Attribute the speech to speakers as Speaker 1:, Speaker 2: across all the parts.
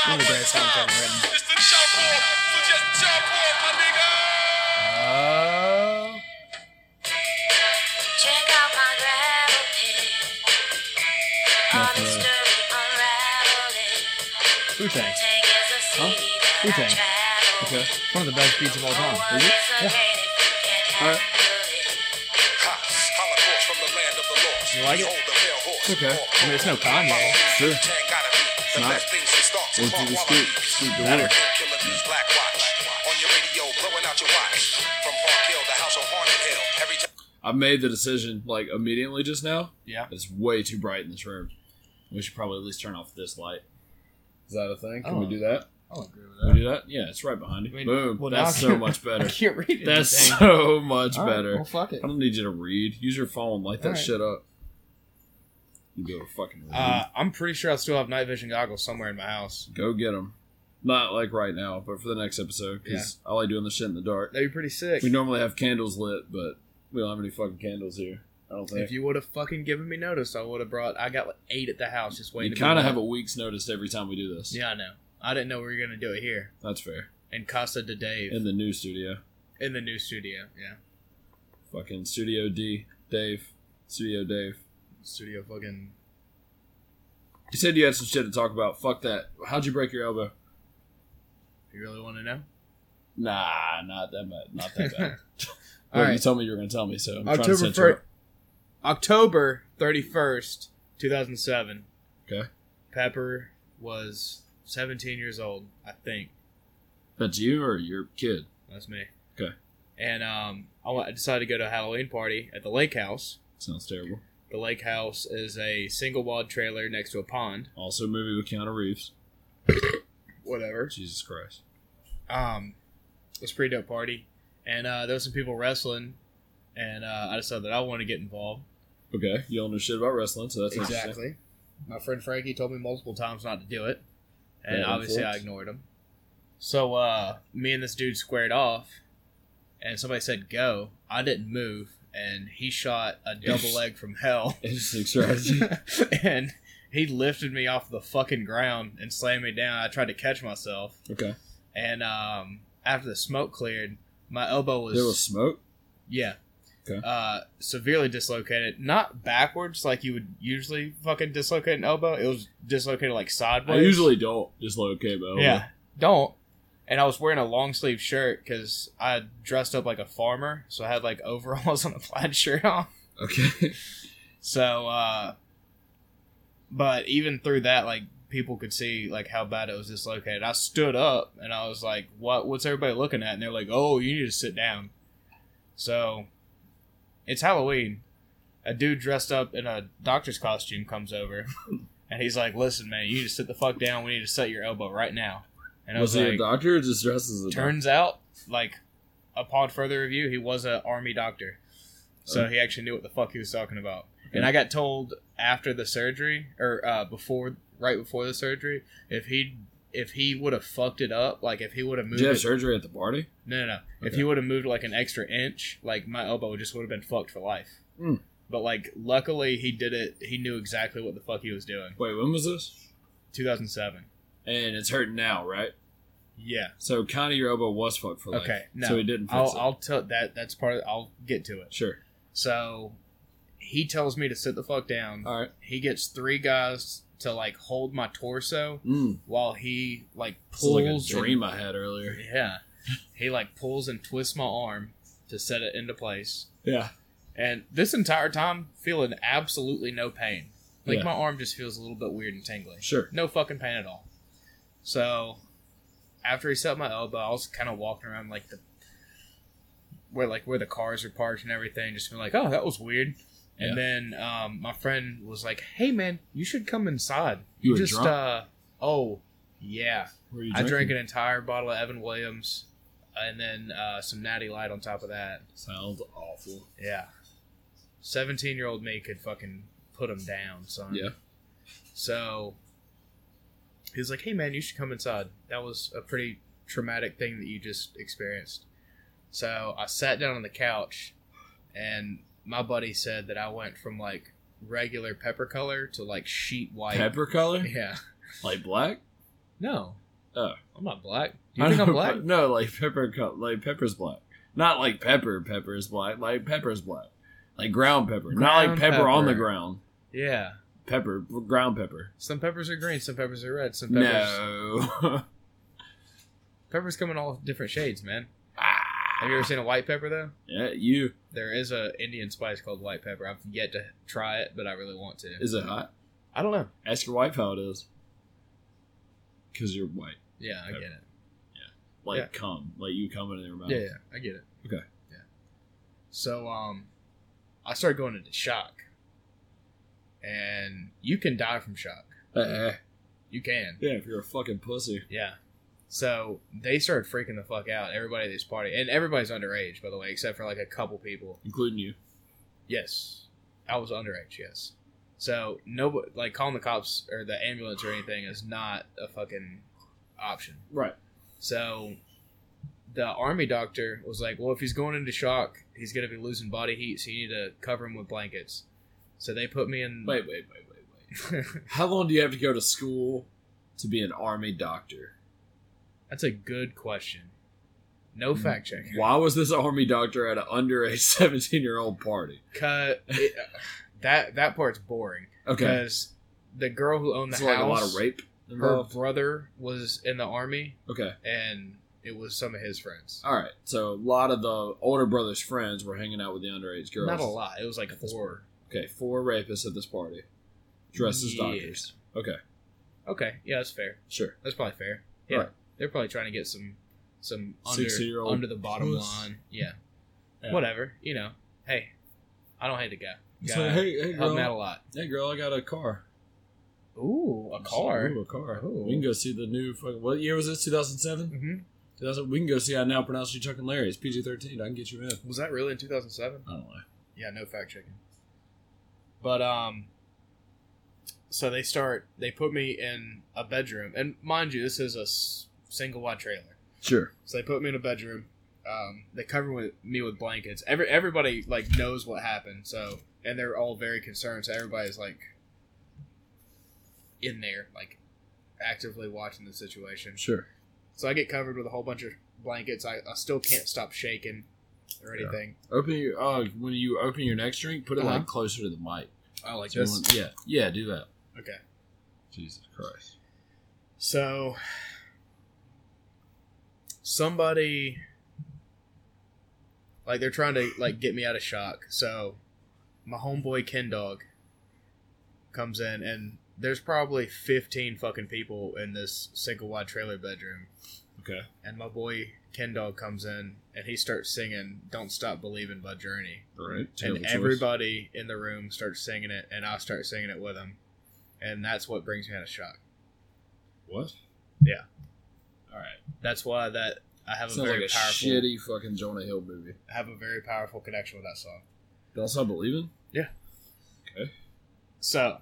Speaker 1: something written.
Speaker 2: It's the jump off, so just jump off, my nigga.
Speaker 1: Oh.
Speaker 3: Check out my gravel pit. All this
Speaker 1: Nothing.
Speaker 3: dirt unraveling.
Speaker 1: Wu Tang.
Speaker 3: Take as a city that
Speaker 1: Wu Tang.
Speaker 3: I travel.
Speaker 1: Okay. One of the best beats of all
Speaker 3: No
Speaker 1: time.
Speaker 3: one is so
Speaker 1: Yeah.
Speaker 3: great if you can't handle
Speaker 1: Alright.
Speaker 3: it.
Speaker 2: Hops, Holocaust from the land of the lost.
Speaker 1: You like it?
Speaker 2: Hold the real horse.
Speaker 1: Okay. I mean, it's no Kanye.
Speaker 2: Sure. gotta be the
Speaker 1: not.
Speaker 2: best things since starts.
Speaker 4: Went through the scoop, scoop the
Speaker 1: Better.
Speaker 4: water.
Speaker 2: Killing these black watch. On your radio, blowing out your watch. From Park Hill, the house on Haunted Hill. Every time.
Speaker 4: I made the decision like immediately just now.
Speaker 1: Yeah.
Speaker 4: It's way too bright in this room. We should probably at least turn off this light. Is that a thing? Can we
Speaker 1: Oh.
Speaker 4: do that?
Speaker 1: I'll agree with
Speaker 4: Can we do that? Yeah, it's right behind you.
Speaker 1: I mean,
Speaker 4: Boom.
Speaker 1: well, now
Speaker 4: That's
Speaker 1: I
Speaker 4: so
Speaker 1: can't-
Speaker 4: much
Speaker 1: I
Speaker 4: better.
Speaker 1: can't read it.
Speaker 4: That's so much better.
Speaker 1: Well, fuck it.
Speaker 4: I don't need you to read. Use your phone. Light that
Speaker 1: Alright.
Speaker 4: shit up. You go fucking read.
Speaker 1: Uh, I'm pretty sure I still have night vision goggles somewhere in my house.
Speaker 4: go get them. Not like right now, but for the next episode because I like doing the shit in the dark.
Speaker 1: That'd be pretty sick.
Speaker 4: We normally have candles lit, but we don't have any fucking candles here. I don't think.
Speaker 1: If you would have fucking given me notice, I would have brought. I got like eight at the house just waiting.
Speaker 4: You
Speaker 1: to be
Speaker 4: kind of
Speaker 1: done.
Speaker 4: have a week's notice every time we do this.
Speaker 1: Yeah, I know. I didn't know we were gonna do it here
Speaker 4: That's fair.
Speaker 1: in Casa de Dave
Speaker 4: In the new studio.
Speaker 1: in the new studio. Yeah,
Speaker 4: Fucking Studio D. Dave. Studio Dave.
Speaker 1: studio fucking.
Speaker 4: You said you had some shit to talk about. Fuck that. How'd you break your elbow?
Speaker 1: You really want to know?
Speaker 4: Nah, not that bad. Not that bad.
Speaker 1: All
Speaker 4: well, You
Speaker 1: right,
Speaker 4: told me you were going to tell me, so I'm trying to
Speaker 1: October
Speaker 4: set you
Speaker 1: fir-
Speaker 4: up.
Speaker 1: October thirty first, two thousand seven.
Speaker 4: Okay.
Speaker 1: Pepper was seventeen years old, I think.
Speaker 4: That's you or your kid?
Speaker 1: That's me.
Speaker 4: Okay.
Speaker 1: And um, I, went, I decided to go to a Halloween party at the lake house.
Speaker 4: Sounds terrible.
Speaker 1: The lake house is a single wide trailer next to a pond.
Speaker 4: Also, a movie with Keanu Reeves.
Speaker 1: Whatever.
Speaker 4: Jesus Christ.
Speaker 1: Um, it was a pretty dope party, and uh, there was some people wrestling, and uh, I decided that I wanted to get involved.
Speaker 4: Okay. You don't know shit about wrestling, so that's interesting.
Speaker 1: My friend Frankie told me multiple times not to do it, and
Speaker 4: Bad
Speaker 1: obviously I
Speaker 4: influence.
Speaker 1: ignored him. So uh, me and this dude squared off, and somebody said go. I didn't move, and he shot a double leg from hell.
Speaker 4: Interesting strategy.
Speaker 1: and he lifted me off the fucking ground and slammed me down. I tried to catch myself,
Speaker 4: okay.
Speaker 1: and um, after the smoke cleared, my elbow was,
Speaker 4: There was smoke.
Speaker 1: yeah,
Speaker 4: Okay.
Speaker 1: uh, severely dislocated. Not backwards like you would usually fucking dislocate an elbow. It was dislocated like
Speaker 4: I
Speaker 1: sideways.
Speaker 4: usually don't dislocate my elbow.
Speaker 1: yeah, don't. And I was wearing a long sleeve shirt because I dressed up like a farmer, so I had like overalls and a plaid shirt on.
Speaker 4: Okay.
Speaker 1: So, uh, but even through that, like people could see like how bad it was dislocated. I stood up and I was like, "What? What's everybody looking at?" And they're like, "Oh, you need to sit down." So, it's Halloween. A dude dressed up in a doctor's costume comes over, and he's like, "Listen, man, you need to sit the fuck down. We need to set your elbow right now." And I
Speaker 4: was
Speaker 1: was,
Speaker 4: he a
Speaker 1: like,
Speaker 4: doctor or just dressed as a doctor?
Speaker 1: Turns out, like, upon further review, he was an army doctor. So
Speaker 4: Oh.
Speaker 1: he actually knew what the fuck he was talking about. And I got told after the surgery, or uh, before, right before the surgery, if he if he would have fucked it up, like if he would have
Speaker 4: Did
Speaker 1: moved,
Speaker 4: you have
Speaker 1: it-
Speaker 4: surgery at the party?
Speaker 1: no, no, no. If
Speaker 4: Okay.
Speaker 1: he would have moved like an extra inch, like my elbow just would have been fucked for life.
Speaker 4: Mm.
Speaker 1: But like, luckily he did it. He knew exactly what the fuck he was doing.
Speaker 4: Wait, when was this?
Speaker 1: 2007.
Speaker 4: And it's hurting now, right?
Speaker 1: Yeah.
Speaker 4: So kind of your elbow was fucked for life.
Speaker 1: Okay. No.
Speaker 4: So he didn't fix
Speaker 1: I'll,
Speaker 4: it.
Speaker 1: I'll tell that. That's part of. I'll get to it.
Speaker 4: sure.
Speaker 1: So he tells me to sit the fuck down.
Speaker 4: All right.
Speaker 1: He gets three guys to like hold my torso
Speaker 4: Mm.
Speaker 1: while he like
Speaker 4: This is like a
Speaker 1: pulls. and-
Speaker 4: dream I had earlier.
Speaker 1: yeah. He like pulls and twists my arm to set it into place.
Speaker 4: Yeah.
Speaker 1: And this entire time, feeling absolutely no pain. Like
Speaker 4: Yeah.
Speaker 1: my arm just feels a little bit weird and tingly.
Speaker 4: Sure.
Speaker 1: No fucking pain at all. So after he set my elbow, I was kind of walking around like the where like where the cars are parked and everything, just being like, "Oh, that was weird."
Speaker 4: Yeah.
Speaker 1: And then um, my friend was like, "Hey, man, you should come inside.
Speaker 4: You were
Speaker 1: just
Speaker 4: drunk?
Speaker 1: uh, oh yeah,
Speaker 4: Were you
Speaker 1: I drank an
Speaker 4: drinking?
Speaker 1: entire bottle of Evan Williams, and then uh, some Natty Light on top of that.
Speaker 4: Sounds awful.
Speaker 1: Yeah, seventeen-year-old me could fucking put him down, son.
Speaker 4: Yeah.
Speaker 1: So he was like, "Hey man, you should come inside. That was a pretty traumatic thing that you just experienced." So I sat down on the couch, and my buddy said that I went from like regular pepper color to like sheet white.
Speaker 4: Pepper color?
Speaker 1: Yeah.
Speaker 4: Like black?
Speaker 1: No.
Speaker 4: Oh.
Speaker 1: I'm not black. Do
Speaker 4: I
Speaker 1: you think
Speaker 4: know,
Speaker 1: I'm black?
Speaker 4: but- No, like pepper, co- like pepper's black. Not like pepper, pepper is black. Like pepper's black. Like ground pepper. Not like
Speaker 1: Ground
Speaker 4: pepper, on the
Speaker 1: pepper.
Speaker 4: ground.
Speaker 1: Yeah.
Speaker 4: Pepper, ground pepper.
Speaker 1: Some peppers are green, some peppers are red, some peppers
Speaker 4: No.
Speaker 1: peppers come in all different shades, man.
Speaker 4: Ah.
Speaker 1: Have you ever seen a white pepper though?
Speaker 4: yeah, you.
Speaker 1: There is a Indian spice called white pepper. I've yet to try it, but I really want to.
Speaker 4: Is it hot?
Speaker 1: I don't know.
Speaker 4: Ask your wife how it is. Because you're white.
Speaker 1: Yeah, I
Speaker 4: Pepper.
Speaker 1: get it.
Speaker 4: Like
Speaker 1: Yeah.
Speaker 4: cum. Like you come in their mouth.
Speaker 1: Yeah, yeah, I get it.
Speaker 4: Okay.
Speaker 1: Yeah. So um I started going into shock. And you can die from shock.
Speaker 4: Uh,
Speaker 1: You can.
Speaker 4: yeah, if you're a fucking pussy.
Speaker 1: Yeah. So they started freaking the fuck out. Everybody at this party, and everybody's underage, by the way, except for like a couple people.
Speaker 4: Including you.
Speaker 1: Yes, I was underage. Yes. So nobody like calling the cops or the ambulance or anything is not a fucking option.
Speaker 4: Right.
Speaker 1: So the army doctor was like, "Well, if he's going into shock, he's gonna be losing body heat, so you need to cover him with blankets." So they put me in.
Speaker 4: Wait, wait, wait, wait, wait. How long do you have to go to school to be an army doctor?
Speaker 1: That's a good question. No fact check.
Speaker 4: Hmm. Why was this army doctor at an underage 17 year old party?
Speaker 1: Cut. It, uh, that that part's boring.
Speaker 4: Okay.
Speaker 1: because the girl who owned Uh, the
Speaker 4: It's
Speaker 1: house,
Speaker 4: like a lot of rape
Speaker 1: her
Speaker 4: involved.
Speaker 1: brother was in the army,
Speaker 4: Okay.
Speaker 1: and it was some of his friends.
Speaker 4: All right. So a lot of the older brother's friends were hanging out with the underage girls.
Speaker 1: Not a lot. It was like four.
Speaker 4: Okay. Four rapists at this party dressed as
Speaker 1: Yeah.
Speaker 4: doctors. Okay.
Speaker 1: Okay, yeah, that's fair.
Speaker 4: Sure.
Speaker 1: That's probably fair. Yeah,
Speaker 4: Right.
Speaker 1: they're probably trying to get some some under
Speaker 4: 60-year-old
Speaker 1: under the bottom
Speaker 4: puss.
Speaker 1: line. Yeah.
Speaker 4: Yeah.
Speaker 1: whatever. You know, hey, I don't hate the guy.
Speaker 4: He's
Speaker 1: Guy
Speaker 4: like, hey, hey,
Speaker 1: helped me out a
Speaker 4: girl.
Speaker 1: lot.
Speaker 4: Hey, girl, I got a car.
Speaker 1: Ooh, a car.
Speaker 4: Ooh, a car.
Speaker 1: Ooh.
Speaker 4: We can go see the new fucking. What year was this? 2007?
Speaker 1: hmm
Speaker 4: 2000, we can go see I Now Pronounce You Chuck and Larry. It's PG 13. I can get you in.
Speaker 1: Was that really in two thousand seven?
Speaker 4: I don't know.
Speaker 1: Yeah, no fact checking. But um, so they start. They put me in a bedroom, and mind you, this is a s- single wide trailer.
Speaker 4: Sure.
Speaker 1: So they put me in a bedroom. Um, they cover with, me with blankets. Every everybody like knows what happened. So and they're all very concerned. So everybody's like in there, like actively watching the situation.
Speaker 4: Sure.
Speaker 1: So I get covered with a whole bunch of blankets. I, I still can't stop shaking or
Speaker 4: Yeah.
Speaker 1: anything.
Speaker 4: Open your. Uh, when you open your next drink, put it
Speaker 1: Uh-huh.
Speaker 4: like closer to the mic.
Speaker 1: I like
Speaker 4: So everyone- yeah. Yeah, do that.
Speaker 1: Okay.
Speaker 4: Jesus Christ.
Speaker 1: So somebody like they're trying to like get me out of shock. So my homeboy Ken Dog comes in and there's probably 15 fucking people in this single wide trailer bedroom
Speaker 4: Okay.
Speaker 1: and my boy Ken Dog comes in and he starts singing Don't Stop Believing by Journey
Speaker 4: All right.
Speaker 1: and everybody in the room starts singing it and I start singing it with him and that's what brings me out of shock.
Speaker 4: What?
Speaker 1: Yeah.
Speaker 4: All right.
Speaker 1: That's why that I have
Speaker 4: Sounds
Speaker 1: a very
Speaker 4: like a
Speaker 1: powerful
Speaker 4: shitty fucking Jonah Hill movie.
Speaker 1: I have a very powerful connection with that song.
Speaker 4: Don't stop believing.
Speaker 1: So,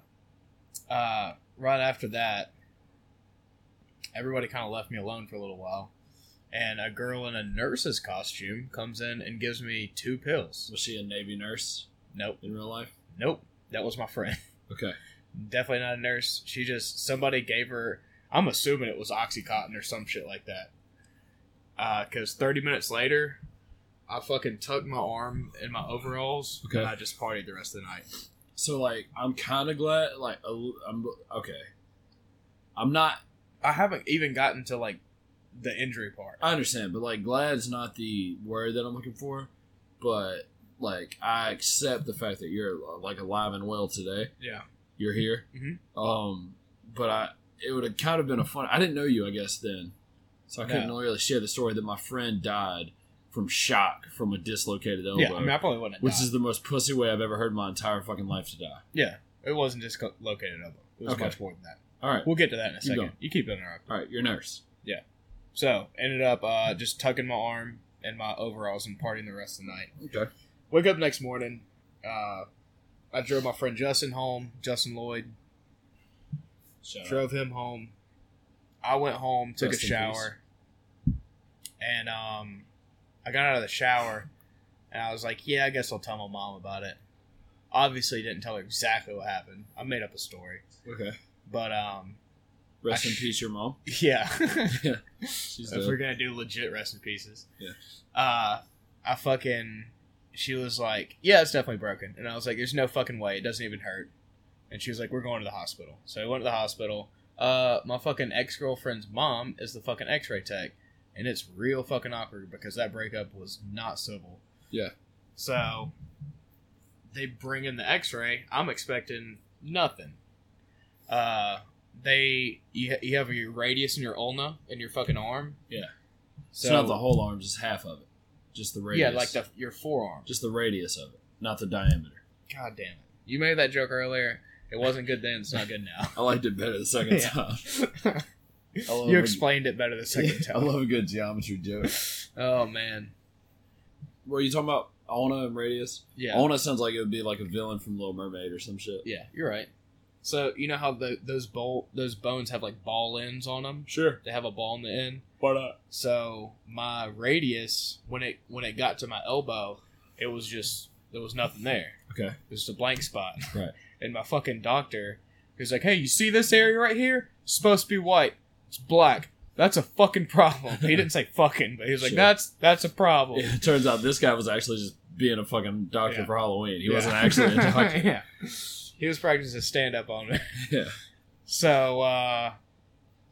Speaker 1: uh, right after that, everybody kind of left me alone for a little while, and a girl in a nurse's costume comes in and gives me two pills.
Speaker 4: Was she a Navy nurse
Speaker 1: Nope,
Speaker 4: in real life?
Speaker 1: nope, that was my friend.
Speaker 4: Okay.
Speaker 1: Definitely not a nurse. She just somebody gave her. I'm assuming it was OxyContin or some shit like that. Because 30 minutes later, I fucking tucked my arm in my overalls
Speaker 4: Okay.
Speaker 1: and I just partied the rest of the night.
Speaker 4: So like, I'm kind of glad. Like, a l- I'm okay. I'm not.
Speaker 1: I haven't even gotten to like the injury part.
Speaker 4: I understand, but like, glad's not the word that I'm looking for. But like, I accept the fact that you're uh, like alive and well today.
Speaker 1: Yeah.
Speaker 4: You're here.
Speaker 1: Mhm.
Speaker 4: Um, but I it would have kind of been a fun. I didn't know you, I guess, then, so I couldn't
Speaker 1: No.
Speaker 4: really share the story that my friend died from shock from a dislocated elbow.
Speaker 1: Yeah, I mean, I probably wouldn't. Have
Speaker 4: which
Speaker 1: died.
Speaker 4: is the most pussy way I've ever heard in my entire fucking life to die.
Speaker 1: yeah, it wasn't just co- located up. It was
Speaker 4: Okay.
Speaker 1: much more than that.
Speaker 4: All right,
Speaker 1: We'll get to that in a
Speaker 4: Keep
Speaker 1: second.
Speaker 4: going.
Speaker 1: You keep interrupting.
Speaker 4: all right, you're a nurse.
Speaker 1: So ended up uh, just tucking my arm and my overalls and partying the rest of the night.
Speaker 4: Okay.
Speaker 1: Wake up next morning. Uh, I drove my friend Justin home. Justin Lloyd drove him home. I went home, took
Speaker 4: Rest
Speaker 1: a
Speaker 4: in
Speaker 1: shower, and um, I got out of the shower, and I was like, "Yeah, I guess I'll tell my mom about it." Obviously, didn't tell her exactly what happened. I made up a story,
Speaker 4: Okay.
Speaker 1: but um,
Speaker 4: Rest in peace, your mom.
Speaker 1: Yeah.
Speaker 4: She's
Speaker 1: if we're gonna
Speaker 4: dead.
Speaker 1: do legit rest in pieces.
Speaker 4: Yeah.
Speaker 1: Uh I fucking she was like, Yeah, it's definitely broken. And I was like, There's no fucking way, it doesn't even hurt. And she was like, We're going to the hospital. So I went to the hospital. Uh my fucking ex girlfriend's mom is the fucking x ray tech. And it's real fucking awkward because that breakup was not civil.
Speaker 4: Yeah.
Speaker 1: So they bring in the x ray. I'm expecting nothing. Uh they you, ha- you have your radius and your ulna in your fucking arm.
Speaker 4: Yeah.
Speaker 1: So
Speaker 4: it's not the whole arm, just half of it. Just the radius.
Speaker 1: yeah, like the your forearm. Just
Speaker 4: just the radius of it, not the diameter.
Speaker 1: god damn it. You made that joke earlier. It wasn't good then. It's not good now.
Speaker 4: I liked it better the second
Speaker 1: Yeah.
Speaker 4: time. I love
Speaker 1: you
Speaker 4: a-
Speaker 1: explained it better the second
Speaker 4: I
Speaker 1: time.
Speaker 4: love a good geometry joke.
Speaker 1: Oh man.
Speaker 4: What are you talking about? Ona and radius.
Speaker 1: Yeah.
Speaker 4: Ona sounds like it would be like a villain from Little Mermaid or some shit.
Speaker 1: Yeah. You're right. So you know how the, those bowl those bones have like ball ends on them.
Speaker 4: Sure,
Speaker 1: They have a ball in the end.
Speaker 4: why not?
Speaker 1: So my radius when it when it got to my elbow, it was just there was nothing there.
Speaker 4: Okay.
Speaker 1: It was just a blank spot.
Speaker 4: Right.
Speaker 1: And my fucking doctor he was like, Hey, you see this area right here? It's supposed to be white. It's black. That's a fucking problem. He didn't say fucking, but he was like,
Speaker 4: Sure.
Speaker 1: That's that's a problem.
Speaker 4: It turns out this guy was actually just being a fucking doctor
Speaker 1: Yeah.
Speaker 4: for Halloween. He
Speaker 1: Yeah.
Speaker 4: wasn't actually a doctor.
Speaker 1: yeah. He was practicing stand up on me.
Speaker 4: Yeah.
Speaker 1: So uh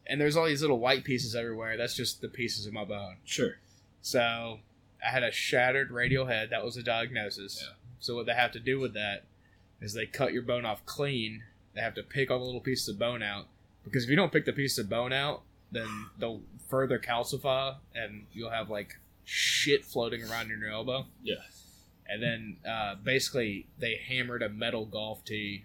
Speaker 1: and there's all these little white pieces everywhere. That's just the pieces of my bone.
Speaker 4: Sure.
Speaker 1: So I had a shattered radial head. That was the diagnosis.
Speaker 4: Yeah.
Speaker 1: So what they have to do with that is they cut your bone off clean. They have to pick all the little pieces of bone out because if you don't pick the piece of bone out, then they'll further calcify and you'll have like shit floating around in your elbow.
Speaker 4: Yeah.
Speaker 1: And then uh, basically they hammered a metal golf tee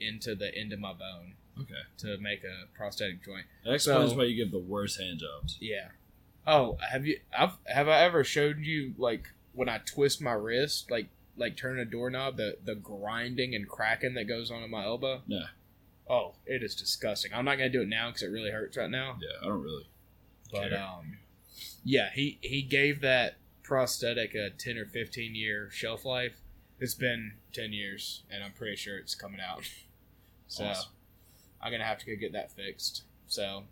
Speaker 1: into the end of my bone
Speaker 4: Okay.
Speaker 1: to make a prosthetic joint.
Speaker 4: That explains
Speaker 1: So-
Speaker 4: why you give the worst hand jobs.
Speaker 1: Yeah. Oh, have you? I've have I ever showed you like when I twist my wrist, like like turning a doorknob, the the grinding and cracking that goes on in my elbow?
Speaker 4: No.
Speaker 1: Oh, it is disgusting. I'm not gonna do it now because it really hurts right now.
Speaker 4: Yeah, I don't really.
Speaker 1: But
Speaker 4: care.
Speaker 1: um, yeah, he he gave that prosthetic a ten or fifteen year shelf life. It's been ten years, and I'm pretty sure it's coming out. So
Speaker 4: Awesome.
Speaker 1: I'm gonna have to go get that fixed. So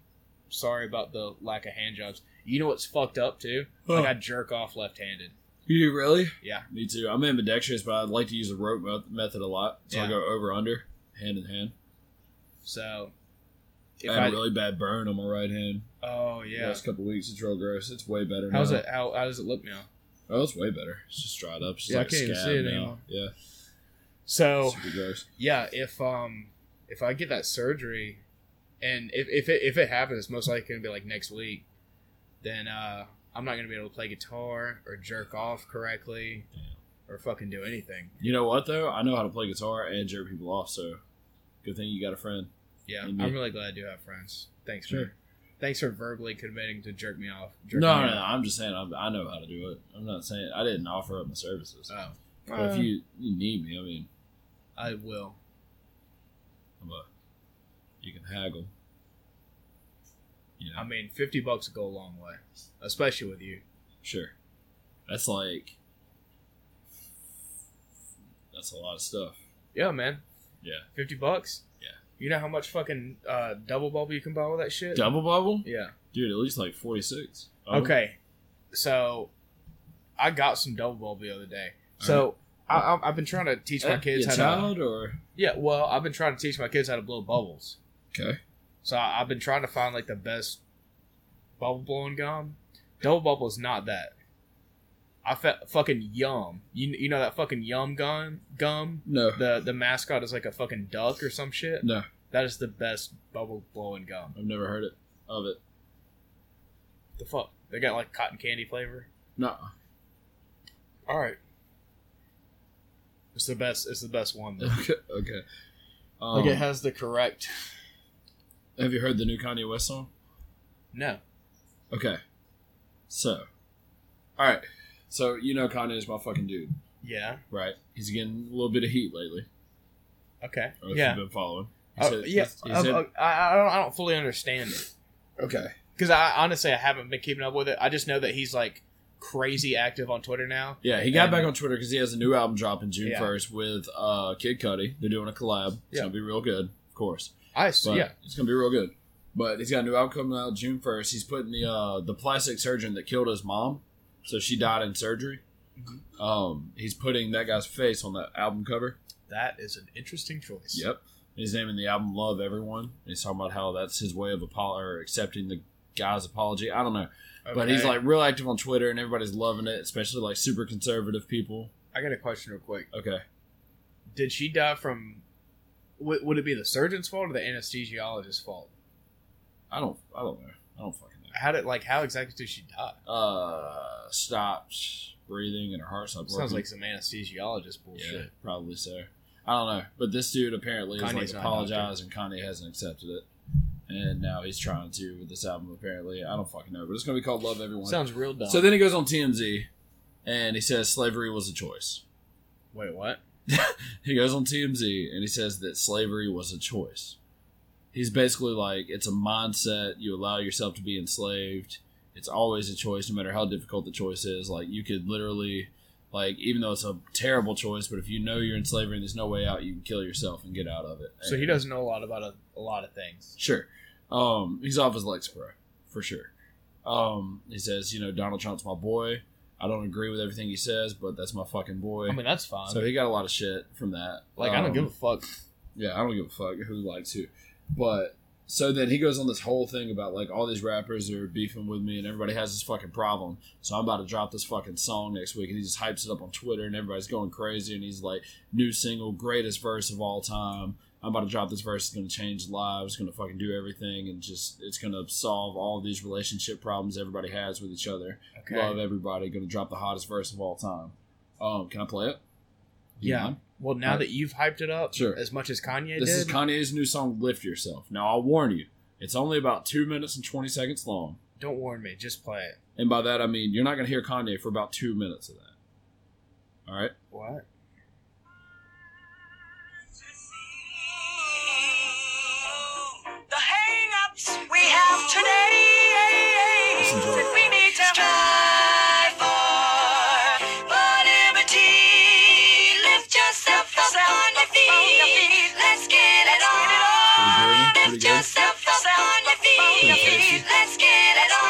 Speaker 1: sorry about the lack of hand jobs. You know what's fucked up too? Like I jerk off left handed.
Speaker 4: You really?
Speaker 1: Yeah.
Speaker 4: Me too. I'm ambidextrous, but I like to use the rope me- method a lot. So I
Speaker 1: Yeah.
Speaker 4: go over under, hand in hand.
Speaker 1: So
Speaker 4: I
Speaker 1: if
Speaker 4: had
Speaker 1: I,
Speaker 4: a really bad burn on my right hand.
Speaker 1: oh
Speaker 4: Yeah.
Speaker 1: yeah,
Speaker 4: Last couple weeks, it's real gross. It's way better
Speaker 1: how's
Speaker 4: now.
Speaker 1: it? How, how does it look now?
Speaker 4: Oh, it's way better. It's just dried up. It's just
Speaker 1: Yeah, I
Speaker 4: like
Speaker 1: can't even
Speaker 4: scab
Speaker 1: see it
Speaker 4: now.
Speaker 1: anymore. Oh.
Speaker 4: Yeah.
Speaker 1: So
Speaker 4: Super gross.
Speaker 1: yeah, if um if I get that surgery and if if it, if it happens, most likely gonna be like next week, then uh I'm not gonna be able to play guitar or jerk off correctly or fucking do anything.
Speaker 4: You know what though? I know how to play guitar and jerk people off, so good thing you got a friend.
Speaker 1: Yeah,
Speaker 4: Mhm.
Speaker 1: I'm really glad I do have friends. Thanks for
Speaker 4: Sure.
Speaker 1: thanks for verbally committing to jerk me off. Jerk
Speaker 4: No,
Speaker 1: me
Speaker 4: no, no,
Speaker 1: off.
Speaker 4: I'm just saying I'm, I know how to do it. I'm not saying I didn't offer up my services.
Speaker 1: Oh,
Speaker 4: but if you, you need me, I mean,
Speaker 1: I will.
Speaker 4: I'm a, you can haggle. You know,
Speaker 1: I mean, fifty bucks will go a long way, especially with you.
Speaker 4: sure. That's like that's a lot of stuff.
Speaker 1: Yeah, man.
Speaker 4: Yeah.
Speaker 1: fifty bucks.
Speaker 4: Yeah.
Speaker 1: You know how much fucking uh, double bubble you can buy with that shit?
Speaker 4: Double bubble,
Speaker 1: yeah.
Speaker 4: dude. At least like Oh. forty six.
Speaker 1: Okay, so I got some double bubble the other day. So I, I, I've been trying to teach
Speaker 4: Eh,
Speaker 1: my kids how to.
Speaker 4: child or
Speaker 1: Yeah, well, I've been trying to teach my kids how to blow bubbles.
Speaker 4: okay.
Speaker 1: So I, I've been trying to find like the best bubble blowing gum. Double bubble is not that. I fe- fucking yum. You you know that fucking yum gum gum.
Speaker 4: No,
Speaker 1: The the mascot is like a fucking duck or some shit.
Speaker 4: no,
Speaker 1: That is the best bubble blowing gum.
Speaker 4: I've never heard it of it.
Speaker 1: The fuck they got like cotton candy flavor.
Speaker 4: No,
Speaker 1: All right. It's the best. It's the best one. Though.
Speaker 4: okay, okay. Um,
Speaker 1: like it has the correct.
Speaker 4: Have you heard the new Kanye West song?
Speaker 1: No.
Speaker 4: Okay. So, all right. So you know Kanye's my fucking dude,
Speaker 1: Yeah.
Speaker 4: right? He's getting a little bit of heat lately.
Speaker 1: Okay.
Speaker 4: Or if
Speaker 1: yeah.
Speaker 4: you've been following. He
Speaker 1: Oh,
Speaker 4: said-
Speaker 1: yeah.
Speaker 4: he
Speaker 1: I,
Speaker 4: said-
Speaker 1: I, I don't. I don't fully understand it
Speaker 4: okay.
Speaker 1: because I honestly I haven't been keeping up with it. I just know that he's like crazy active on Twitter now.
Speaker 4: Yeah, he got
Speaker 1: And-
Speaker 4: back on Twitter because he has a new album dropping June
Speaker 1: Yeah.
Speaker 4: first with uh, Kid Cudi. They're doing a collab. It's
Speaker 1: Yeah.
Speaker 4: gonna be real good, of course.
Speaker 1: I s-
Speaker 4: But
Speaker 1: yeah.
Speaker 4: it's gonna be real good. But he's got a new album coming out June first. He's putting the uh, the plastic surgeon that killed his mom, so she died in surgery.
Speaker 1: Mm-hmm.
Speaker 4: Um, he's putting that guy's face on the album cover.
Speaker 1: That is an interesting choice.
Speaker 4: Yep. He's naming the album Love Everyone. And he's talking about how that's his way of apo- or accepting the guy's apology. I don't know. But he's
Speaker 1: Okay.
Speaker 4: like real active on Twitter and everybody's loving it, especially like super conservative people.
Speaker 1: I got a question real quick.
Speaker 4: Okay.
Speaker 1: Did she die from? Would, would it be the surgeon's fault or the anesthesiologist's fault?
Speaker 4: I don't I don't know. I don't fucking know.
Speaker 1: How did like how exactly did she die?
Speaker 4: Uh stopped breathing and her heart stopped
Speaker 1: Sounds
Speaker 4: working.
Speaker 1: like some anesthesiologist bullshit.
Speaker 4: yeah, probably so. I don't know. But this dude apparently has
Speaker 1: Kanye's
Speaker 4: like
Speaker 1: not
Speaker 4: apologized and Kanye hasn't accepted it. And now he's trying to with this album apparently. I don't fucking know. But it's gonna be called Love Everyone.
Speaker 1: Sounds real dumb.
Speaker 4: So then he goes on TMZ and he says slavery was a choice.
Speaker 1: wait, what?
Speaker 4: He goes on TMZ and he says that slavery was a choice. He's basically like, it's a mindset. You allow yourself to be enslaved. It's always a choice, no matter how difficult the choice is. Like, you could literally, like, even though it's a terrible choice, but if you know you're in slavery and there's no way out, you can kill yourself and get out of it.
Speaker 1: So he doesn't know a lot about a, a lot of things.
Speaker 4: Sure. Um, he's off his Lexapro, for sure. Um, he says, you know, Donald Trump's my boy. I don't agree with everything he says, but that's my fucking boy.
Speaker 1: I mean, that's fine.
Speaker 4: so he got a lot of shit from that.
Speaker 1: like, I don't
Speaker 4: Um,
Speaker 1: give a fuck.
Speaker 4: yeah, I don't give a fuck who likes who. But so then he goes on this whole thing about like all these rappers are beefing with me and everybody has this fucking problem. So I'm about to drop this fucking song next week and he just hypes it up on Twitter and everybody's going crazy and he's like, new single, greatest verse of all time. I'm about to drop this verse. It's going to change lives. It's going to fucking do everything and just, it's going to solve all these relationship problems everybody has with each other.
Speaker 1: Okay.
Speaker 4: Love everybody. Going to drop the hottest verse of all time. Um, can I play it? Do you
Speaker 1: Yeah.
Speaker 4: mind?
Speaker 1: Well, now
Speaker 4: Right.
Speaker 1: that you've hyped it up
Speaker 4: Sure.
Speaker 1: as much as Kanye
Speaker 4: This
Speaker 1: did,
Speaker 4: is Kanye's new song, Lift Yourself. Now, I'll warn you, it's only about two minutes and 20 seconds long.
Speaker 1: don't warn me. Just play it.
Speaker 4: And by that, I mean, you're not going to hear Kanye for about two minutes of that. All right?
Speaker 1: What?
Speaker 5: The hang-ups we have today
Speaker 4: Listen to it.
Speaker 5: that we need to strive for, for liberty. Lift yourself up on your feet. Let's get it on.
Speaker 4: Pretty good. Pretty
Speaker 5: Lift
Speaker 4: good.
Speaker 5: yourself up on your feet. Let's get it on.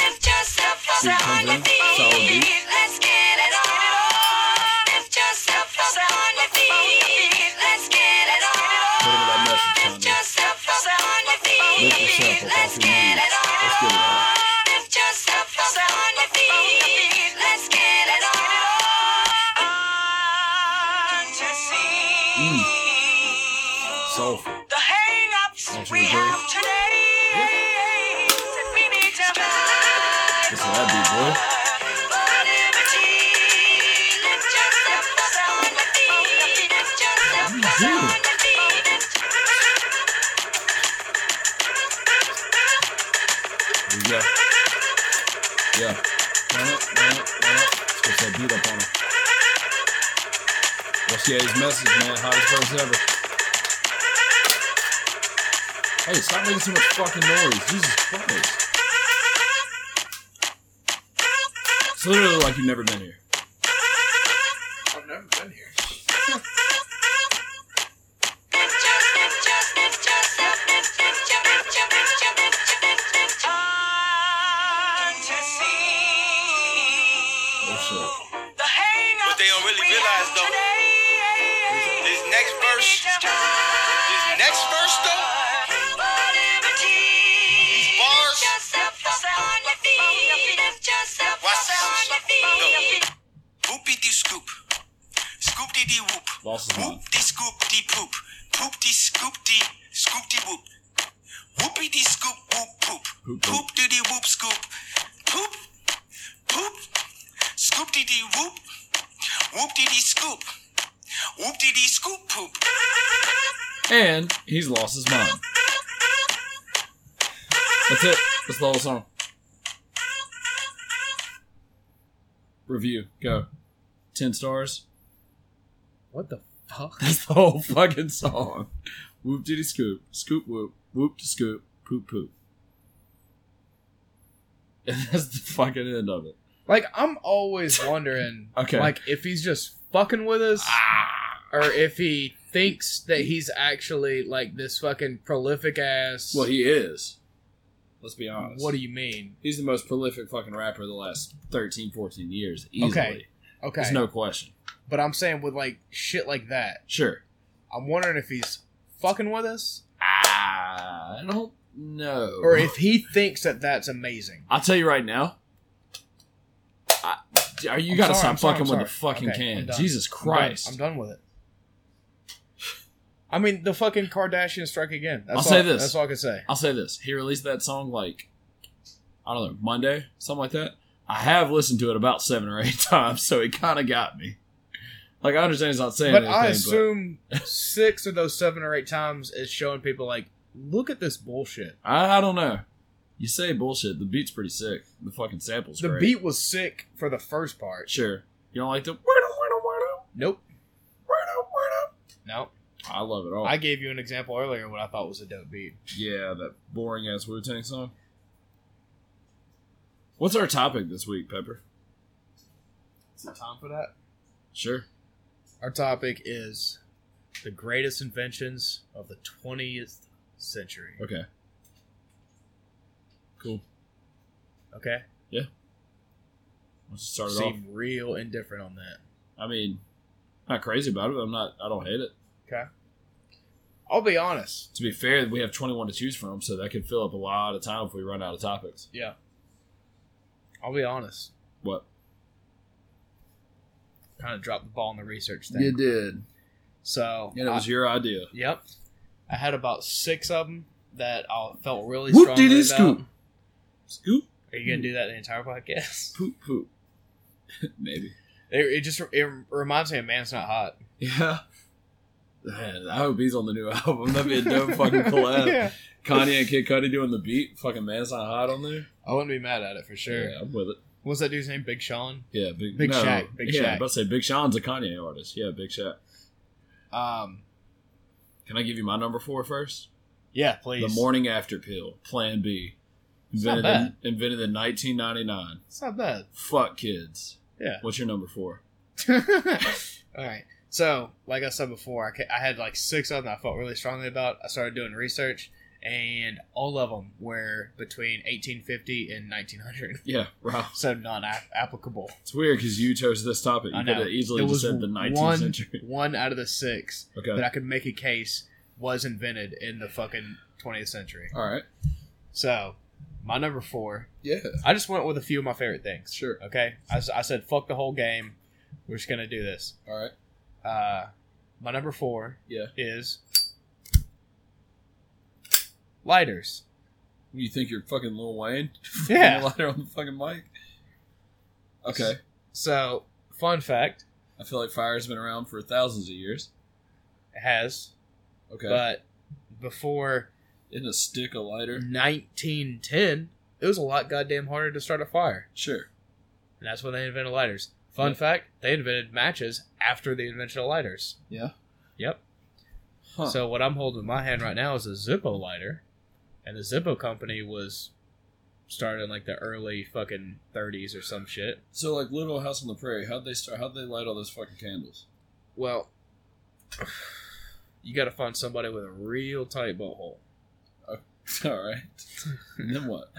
Speaker 5: Lift yourself up
Speaker 4: Dude,
Speaker 5: on
Speaker 4: comes
Speaker 5: your
Speaker 4: in,
Speaker 5: feet.
Speaker 4: solid beat.
Speaker 5: Let's get it on. Lift yourself up on your feet. Let's get it on.
Speaker 4: Whatever
Speaker 5: Lift
Speaker 4: that message, Kanye.
Speaker 5: yourself up on your
Speaker 4: Lift yourself
Speaker 5: feet.
Speaker 4: up
Speaker 5: Let's
Speaker 4: off your
Speaker 5: get
Speaker 4: knees.
Speaker 5: it on. Lift yourself up on
Speaker 4: Let's get it on.
Speaker 5: your feet. Let's get it on. To see
Speaker 4: Mm. Soulful.
Speaker 5: the hang-ups
Speaker 4: Don't
Speaker 5: we
Speaker 4: you agree?
Speaker 5: have today. That we need to find
Speaker 4: Listen to that beat, boy.
Speaker 5: for liberty. Lift yourself up on the feet. Lift yourself
Speaker 4: What
Speaker 5: up on
Speaker 4: are you doing?
Speaker 5: the feet.
Speaker 4: Here we go. Yeah. Run it, run it, run it. Let's get that beat up on him. What's Ye's message, man? Hottest verse ever. Hey, stop making so much fucking noise. Jesus Christ. It's literally like you've never been here.
Speaker 1: I've never been here.
Speaker 4: Oh, shit.
Speaker 5: What they don't really realize though,
Speaker 2: This next verse,
Speaker 5: this next verse though, these bars. Watch this.
Speaker 2: whoopie dee scoop, scoop dee dee whoop,
Speaker 4: Lost his mind.
Speaker 2: whoop dee scoop dee poop, poop dee scoop dee, scoop dee whoop, whoopie dee scoop whoop
Speaker 4: Poop,
Speaker 2: poop,
Speaker 4: poop.
Speaker 2: poop dee dee whoop scoop, poop, poop, scoop dee dee whoop, whoop dee dee scoop, whoop dee dee scoop poop.
Speaker 4: And he's lost his mind. That's it. That's the whole song. Review. Go. Ten stars.
Speaker 1: What the fuck?
Speaker 4: That's the whole fucking song. Whoop diddy scoop. Scoop whoop. Whoop to scoop. Poop poop. And that's the fucking end of it.
Speaker 1: Like, I'm always wondering,
Speaker 4: Okay. Ah.
Speaker 1: like, if he's just fucking with us, or if he thinks that he's actually like this fucking prolific ass.
Speaker 4: Well, he is. Let's be honest.
Speaker 1: what do you mean?
Speaker 4: He's the most prolific fucking rapper of the last 13, 14 years. Easily.
Speaker 1: Okay. Okay,
Speaker 4: There's no question.
Speaker 1: but I'm saying with like shit like that,
Speaker 4: Sure.
Speaker 1: I'm wondering if he's fucking with us
Speaker 4: Ah, I don't know.
Speaker 1: or if he thinks that that's amazing.
Speaker 4: I'll tell you right now. I, are you
Speaker 1: I'm
Speaker 4: got to
Speaker 1: sorry, I'm
Speaker 4: stop
Speaker 1: sorry,
Speaker 4: fucking
Speaker 1: I'm
Speaker 4: with the
Speaker 1: sorry.
Speaker 4: fucking
Speaker 1: Okay, I'm
Speaker 4: can.
Speaker 1: done.
Speaker 4: Jesus Christ.
Speaker 1: I'm done, I'm done with it. I mean, the fucking Kardashian strike again. That's
Speaker 4: I'll
Speaker 1: all,
Speaker 4: say this.
Speaker 1: That's all I can say.
Speaker 4: I'll say this. He released that song like I don't know, Monday, something like that. I have listened to it about seven or eight times, so it kinda got me. Like I understand he's not saying
Speaker 1: But
Speaker 4: anything,
Speaker 1: I assume six of those seven or eight times is showing people like, look at this bullshit.
Speaker 4: but I, I don't know. You say bullshit. The beat's pretty sick. The fucking sample's
Speaker 1: The
Speaker 4: great.
Speaker 1: beat was sick for the first part.
Speaker 4: Sure. You don't like the
Speaker 1: Nope. Nope.
Speaker 4: I love it all.
Speaker 1: I gave you an example earlier what I thought was a dope beat.
Speaker 4: yeah, that boring ass Wu Tang song. What's our topic this week, Pepper?
Speaker 1: Is it time for that?
Speaker 4: Sure.
Speaker 1: Our topic is the greatest inventions of the 20th century.
Speaker 4: Okay. Cool.
Speaker 1: Okay?
Speaker 4: Let's start it off.
Speaker 1: Seem real indifferent on that.
Speaker 4: I mean, not crazy about it. But I'm not. I don't hate it.
Speaker 1: Okay? I'll be honest.
Speaker 4: To be fair, we have 21 to choose from, so that could fill up a lot of time if we run out of topics.
Speaker 1: Yeah. I'll be honest.
Speaker 4: What?
Speaker 1: Kind of dropped the ball on the research thing.
Speaker 4: did,
Speaker 1: So,
Speaker 4: and it was
Speaker 1: I-
Speaker 4: your idea.
Speaker 1: yep. I had about six of them that I felt really
Speaker 4: Whoop
Speaker 1: strongly
Speaker 4: dee dee
Speaker 1: about.
Speaker 4: scoop. Scoop,
Speaker 1: Are you going to do that the entire podcast?
Speaker 4: poop, poop. Maybe.
Speaker 1: It, it just it reminds me of Man's Not Hot.
Speaker 4: Yeah. Man, I hope he's on the new album. That'd be a dope fucking collab. Kanye and Kid Cudi doing the beat. Fucking man's not hot on there.
Speaker 1: I wouldn't be mad at it for sure.
Speaker 4: Yeah, I'm with it.
Speaker 1: What's that dude's name? Big Sean.
Speaker 4: Yeah, big,
Speaker 1: Big Shaq, Big
Speaker 4: yeah,
Speaker 1: Shaq.
Speaker 4: I'm about to say Big Sean's a Kanye artist. Yeah, Big Shaq.
Speaker 1: Um,
Speaker 4: Can I give you my number four first?
Speaker 1: yeah, please.
Speaker 4: The morning after pill, Plan B,
Speaker 1: not
Speaker 4: invented in, invented in 1999.
Speaker 1: It's not bad.
Speaker 4: Fuck kids.
Speaker 1: Yeah.
Speaker 4: What's your number four?
Speaker 1: All right. So, like I said before, I, ca- I had like six of them I felt really strongly about. I started doing research, and all of them were between 1850 and 1900.
Speaker 4: Yeah, wow.
Speaker 1: So, non applicable.
Speaker 4: It's weird because you chose this topic. You
Speaker 1: I
Speaker 4: could
Speaker 1: know.
Speaker 4: have easily
Speaker 1: There was
Speaker 4: just said the 19th
Speaker 1: one,
Speaker 4: century.
Speaker 1: one out of the six
Speaker 4: Okay.
Speaker 1: that I could make a case was invented in the fucking 20th century.
Speaker 4: All right.
Speaker 1: So, my number four,
Speaker 4: Yeah.
Speaker 1: I just went with a few of my favorite things.
Speaker 4: Sure.
Speaker 1: Okay, I, s- I said fuck the whole game. We're just gonna do this.
Speaker 4: All right.
Speaker 1: Uh, my number four
Speaker 4: Yeah.
Speaker 1: is lighters.
Speaker 4: You think you're fucking Lil Wayne?
Speaker 1: Yeah.
Speaker 4: Lighter on the fucking mic. Okay.
Speaker 1: So fun fact
Speaker 4: I feel like fire's been around for thousands of years.
Speaker 1: it has,
Speaker 4: Okay.
Speaker 1: but before
Speaker 4: Isn't a stick a lighter?
Speaker 1: 1910, it was a lot goddamn harder to start a fire,
Speaker 4: Sure.
Speaker 1: and that's when they invented lighters. Fun
Speaker 4: Yeah.
Speaker 1: fact: they invented matches after the invention of lighters.
Speaker 4: Yeah.
Speaker 1: Yep.
Speaker 4: Huh.
Speaker 1: So what I'm holding in my hand right now is a Zippo lighter, and the Zippo company was started in like the early fucking 30s or some shit.
Speaker 4: So like Little House on the Prairie, how'd they start? How'd they light all those fucking candles?
Speaker 1: Well, you got to find somebody with a real tight butthole.
Speaker 4: All right. And then what?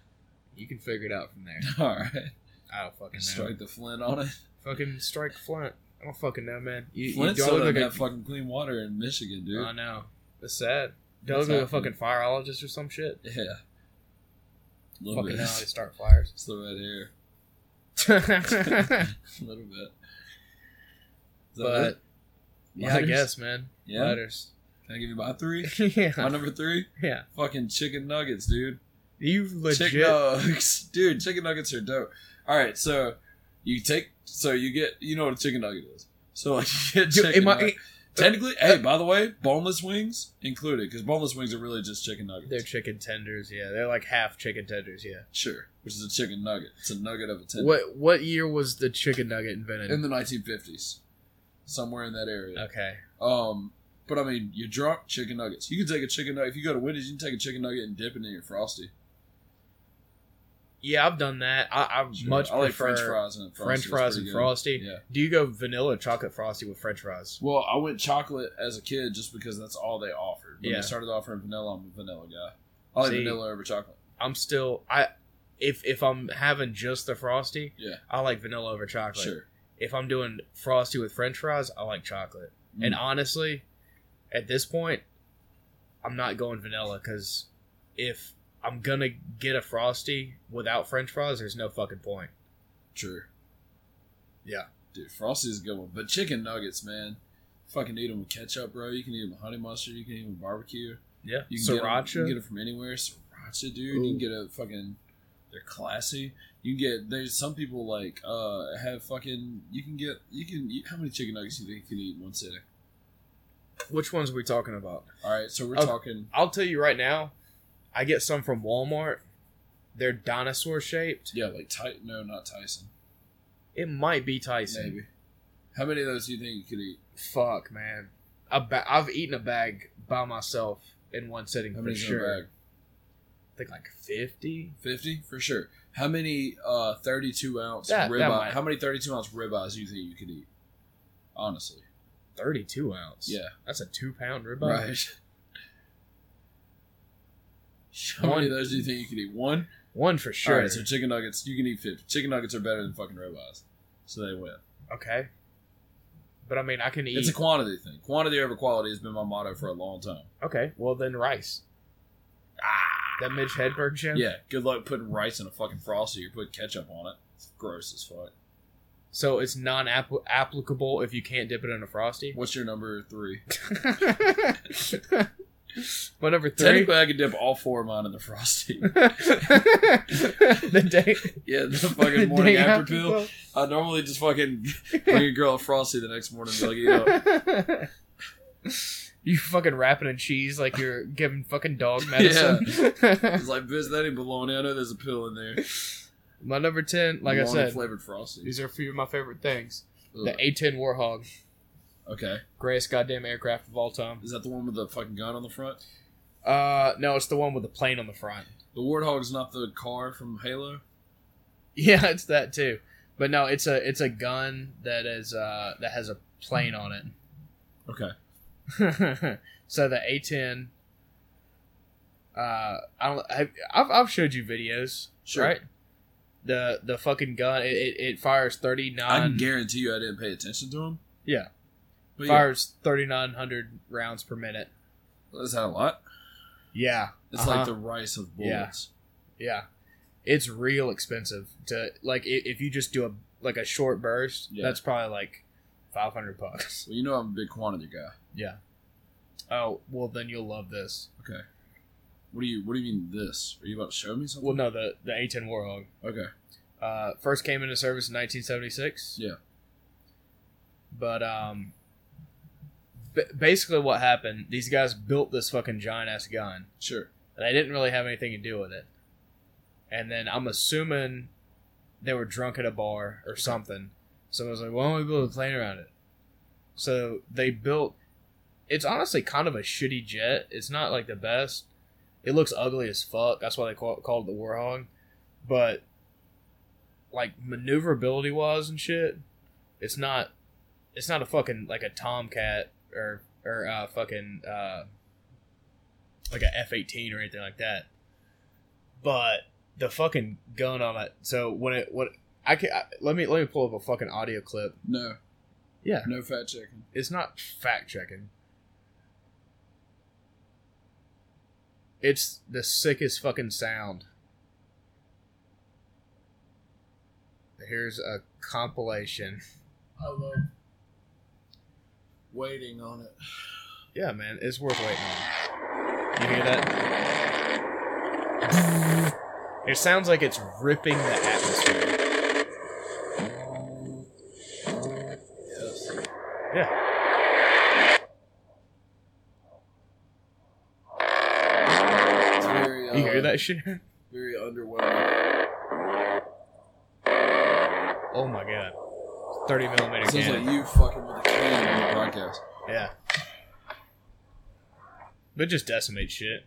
Speaker 1: You can figure it out from there.
Speaker 4: All right.
Speaker 1: I don't fucking know.
Speaker 4: Strike the flint on it.
Speaker 1: Fucking strike Flint. I don't fucking know, man. You, you
Speaker 4: Flint
Speaker 1: do I
Speaker 4: still
Speaker 1: look
Speaker 4: doesn't
Speaker 1: like a,
Speaker 4: have fucking clean water in Michigan, dude.
Speaker 1: I know. It's sad. Do I
Speaker 4: It's
Speaker 1: look like a
Speaker 4: happening.
Speaker 1: fucking fireologist or some shit?
Speaker 4: yeah. little
Speaker 1: Fucking
Speaker 4: bit.
Speaker 1: know how they start fires.
Speaker 4: It's the red hair. A little bit. Is that
Speaker 1: but
Speaker 4: it?
Speaker 1: yeah, I
Speaker 4: Lighters?
Speaker 1: guess, man.
Speaker 4: Yeah.
Speaker 1: Letters.
Speaker 4: Can I give you my three? my
Speaker 1: yeah.
Speaker 4: number three?
Speaker 1: Yeah.
Speaker 4: Fucking chicken nuggets, dude.
Speaker 1: You legit.
Speaker 4: Chicken uh, nuggets. Dude, chicken nuggets are dope. All right, so you take, so you get, you know what a chicken nugget is. So like you get
Speaker 1: Dude,
Speaker 4: chicken
Speaker 1: am I-
Speaker 4: nugget- Technically, hey, by the way, boneless wings included, because boneless wings are really just chicken nuggets.
Speaker 1: they're chicken tenders, yeah. They're like half chicken tenders, yeah.
Speaker 4: Sure, which is a chicken nugget. It's a nugget of a tender.
Speaker 1: What what year was the chicken nugget invented?
Speaker 4: In the 1950s, somewhere in that area.
Speaker 1: okay.
Speaker 4: Um, but I mean, you drop chicken nuggets. You can take a chicken nugget. If you go to Wendy's, you can take a chicken nugget and dip it in your frosty.
Speaker 1: Yeah, I've done that. I, I
Speaker 4: Sure.
Speaker 1: much
Speaker 4: I like
Speaker 1: prefer
Speaker 4: French fries and
Speaker 1: French fries and frosty.
Speaker 4: Yeah.
Speaker 1: Do you go vanilla or chocolate frosty with French fries?
Speaker 4: Well, I went chocolate as a kid just because that's all they offered. When
Speaker 1: Yeah.
Speaker 4: they started offering vanilla, I'm a vanilla guy. I like
Speaker 1: See-
Speaker 4: vanilla over chocolate.
Speaker 1: I'm still I if if I'm having just the frosty,
Speaker 4: Yeah.
Speaker 1: I like vanilla over chocolate.
Speaker 4: Sure.
Speaker 1: If I'm doing frosty with French fries, I like chocolate. And
Speaker 4: Mm.
Speaker 1: honestly, at this point, I'm not going vanilla because if I'm gonna get a frosty without French fries, there's no fucking point.
Speaker 4: True.
Speaker 1: Yeah.
Speaker 4: Dude, Frosty's a good one. But chicken nuggets, man. Fucking eat them with ketchup, bro. You can eat them with honey mustard. You can eat them with barbecue.
Speaker 1: Yeah,
Speaker 4: You can
Speaker 1: sriracha.
Speaker 4: Get them, you can get 'em from anywhere. Sriracha, dude. You can
Speaker 1: Ooh.
Speaker 4: get a fucking. They're classy. You can get there's some people like uh have fucking you can get you can you, how many chicken nuggets do you think you can eat in one sitting?
Speaker 1: Which ones are we talking about?
Speaker 4: All right, so we're
Speaker 1: Okay.
Speaker 4: talking
Speaker 1: I'll tell you right now, I get some from Walmart. They're dinosaur shaped.
Speaker 4: yeah like Titan no not Tyson
Speaker 1: It might be Tyson.
Speaker 4: maybe. How many of those do you think you could eat?
Speaker 1: Fuck, man. A ba- I've eaten a bag by myself in one sitting
Speaker 4: How
Speaker 1: for
Speaker 4: many's in a
Speaker 1: sure.
Speaker 4: bag?
Speaker 1: I think like fifty.
Speaker 4: 50 for sure. How many uh 32 ounce
Speaker 1: That- that
Speaker 4: ribeye?
Speaker 1: might-
Speaker 4: How many 32 ounce ribeyes do you think you could eat? Honestly,
Speaker 1: 32 ounce.
Speaker 4: yeah,
Speaker 1: That's a two pound ribeye.
Speaker 4: right. How many of those do you think you could eat? One.
Speaker 1: One for
Speaker 4: Sure.
Speaker 1: sure.
Speaker 4: All right, so chicken nuggets, you can eat 50. Chicken nuggets are better than fucking ribeyes, so they win.
Speaker 1: okay. But I mean, I can eat.
Speaker 4: It's a quantity thing. Quantity over quality has been my motto for a long time.
Speaker 1: okay, well then rice. That Mitch Hedberg shit.
Speaker 4: Yeah. Good luck putting rice in a fucking frosty or putting ketchup on it. It's gross as fuck.
Speaker 1: So it's non applicable if you can't dip it in a frosty.
Speaker 4: What's your number three?
Speaker 1: My number three.
Speaker 4: Technically, I could dip all four of mine in the frosty.
Speaker 1: the day,
Speaker 4: Yeah, the
Speaker 1: the
Speaker 4: fucking morning
Speaker 1: day
Speaker 4: after pill. I normally just fucking bring a girl a frosty the next morning. And be like, you know,
Speaker 1: you fucking wrapping in cheese like you're giving fucking dog medicine.
Speaker 4: it's like, bitch, that ain't bologna. I know there's a pill in there.
Speaker 1: My number ten, like I
Speaker 4: Bologna
Speaker 1: said,
Speaker 4: flavored frosty.
Speaker 1: these are a few of my favorite things.
Speaker 4: Ugh.
Speaker 1: The A10 Warthog,
Speaker 4: Okay,
Speaker 1: greatest goddamn aircraft of all time.
Speaker 4: is that the one with the fucking gun on the front?
Speaker 1: Uh, no, it's the one with the plane on the front.
Speaker 4: The warthog's not the car from Halo.
Speaker 1: Yeah, it's that too. But no, it's a it's a gun that is uh that has a plane on it.
Speaker 4: Okay,
Speaker 1: so the A10. Uh, I don't. Have, I've I've showed you videos,
Speaker 4: Sure.
Speaker 1: right? The the fucking gun it, it, it fires thirty
Speaker 4: I can
Speaker 1: nine
Speaker 4: guarantee you I didn't pay attention to him.
Speaker 1: Um, Yeah.
Speaker 4: but yeah,
Speaker 1: fires thirty nine hundred rounds per minute.
Speaker 4: is that a lot?
Speaker 1: Yeah,
Speaker 4: It's
Speaker 1: Uh-huh.
Speaker 4: like the rice of
Speaker 1: Yeah.
Speaker 4: bullets.
Speaker 1: yeah. It's real expensive to like i- if you just do a like a short burst.
Speaker 4: Yeah.
Speaker 1: That's probably like five hundred bucks.
Speaker 4: Well, you know I'm a big quantity guy.
Speaker 1: Yeah. Oh well, then you'll love this.
Speaker 4: Okay, what do you what do you mean this? Are you about to show me something?
Speaker 1: Well, no, the the A10 Warhog.
Speaker 4: Okay,
Speaker 1: uh, first came into service in 1976.
Speaker 4: Yeah.
Speaker 1: But um, b- basically, what happened? These guys built this fucking giant ass gun,
Speaker 4: sure.
Speaker 1: and they didn't really have anything to do with it. And then I'm assuming they were drunk at a bar or something. So I was like, why don't we build a plane around it? So they built. It's honestly kind of a shitty jet. It's not like the best. It looks ugly as fuck. That's why they call, called it the Warhog. But like maneuverability wise and shit, it's not. It's not a fucking like a Tomcat or or uh, fucking uh, like a F eighteen or anything like that. But the fucking gun on it. So when it what I can I, let me let me pull up a fucking audio clip.
Speaker 4: No,
Speaker 1: Yeah.
Speaker 4: no fat chicken.
Speaker 1: It's not fact checking. It's the sickest fucking sound. Here's a compilation.
Speaker 4: I love waiting on it.
Speaker 1: Yeah, man, it's worth waiting on. You hear that? It sounds like it's ripping the atmosphere.
Speaker 4: Yes.
Speaker 1: Yeah.
Speaker 4: It's very,
Speaker 1: You hear
Speaker 4: uh,
Speaker 1: that shit?
Speaker 4: Very underwhelming.
Speaker 1: Oh my god. 30 millimeter
Speaker 4: Sounds like
Speaker 1: cannon.
Speaker 4: you fucking with a can on the broadcast.
Speaker 1: Yeah. But it just decimates shit.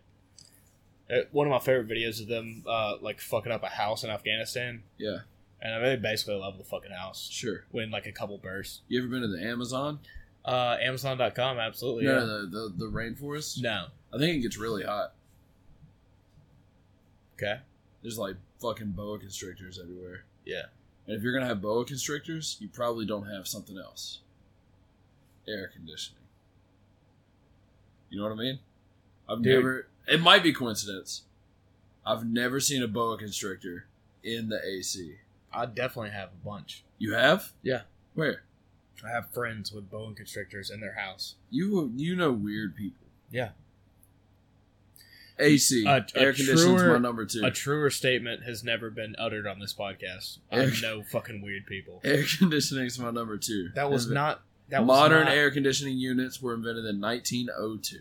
Speaker 1: uh, one of my favorite videos of them uh, like fucking up a house in Afghanistan,
Speaker 4: Yeah,
Speaker 1: and I mean, they basically level the fucking house
Speaker 4: sure.
Speaker 1: when like a couple bursts.
Speaker 4: You ever been to the Amazon?
Speaker 1: Uh, Amazon.com, absolutely.
Speaker 4: No,
Speaker 1: Oh, yeah.
Speaker 4: no, the, the the rainforest.
Speaker 1: no.
Speaker 4: I think it gets really hot.
Speaker 1: Okay.
Speaker 4: There's like fucking boa constrictors everywhere.
Speaker 1: Yeah.
Speaker 4: And if you're gonna have boa constrictors, you probably don't have something else. Air conditioning. You know what I mean? I've
Speaker 1: Dude.
Speaker 4: never. It might be coincidence. I've never seen a boa constrictor in the AC.
Speaker 1: I definitely have a bunch.
Speaker 4: You have?
Speaker 1: Yeah.
Speaker 4: Where?
Speaker 1: I have friends with boa constrictors in their house.
Speaker 4: You you know weird people.
Speaker 1: Yeah.
Speaker 4: AC
Speaker 1: A- a
Speaker 4: air conditioning's my
Speaker 1: truer-
Speaker 4: number two.
Speaker 1: A truer statement has never been uttered on this podcast. I know fucking weird people.
Speaker 4: air conditioning's my number two.
Speaker 1: That was
Speaker 4: Inve-
Speaker 1: not that was
Speaker 4: modern
Speaker 1: not-
Speaker 4: air conditioning units were invented in 1902.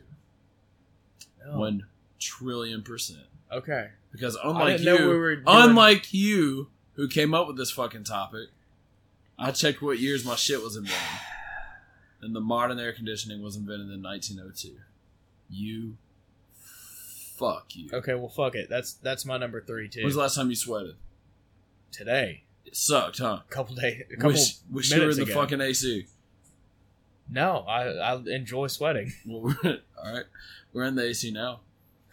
Speaker 1: No.
Speaker 4: One trillion percent.
Speaker 1: Okay.
Speaker 4: Because
Speaker 1: Oh. I
Speaker 4: unlike
Speaker 1: didn't know
Speaker 4: you,
Speaker 1: we were doing-
Speaker 4: unlike you, who came up with this fucking topic, I checked what years my shit was invented, and the modern air conditioning was invented in 1902. You, fuck you.
Speaker 1: Okay, well fuck it. That's that's my number three too.
Speaker 4: When's the last time you sweated?
Speaker 1: Today.
Speaker 4: It sucked, huh?
Speaker 1: A couple days a couple
Speaker 4: Wish, wish you were in
Speaker 1: minutes
Speaker 4: the
Speaker 1: ago.
Speaker 4: fucking AC.
Speaker 1: No, I I enjoy sweating.
Speaker 4: Well, we're, all right, we're in the AC now,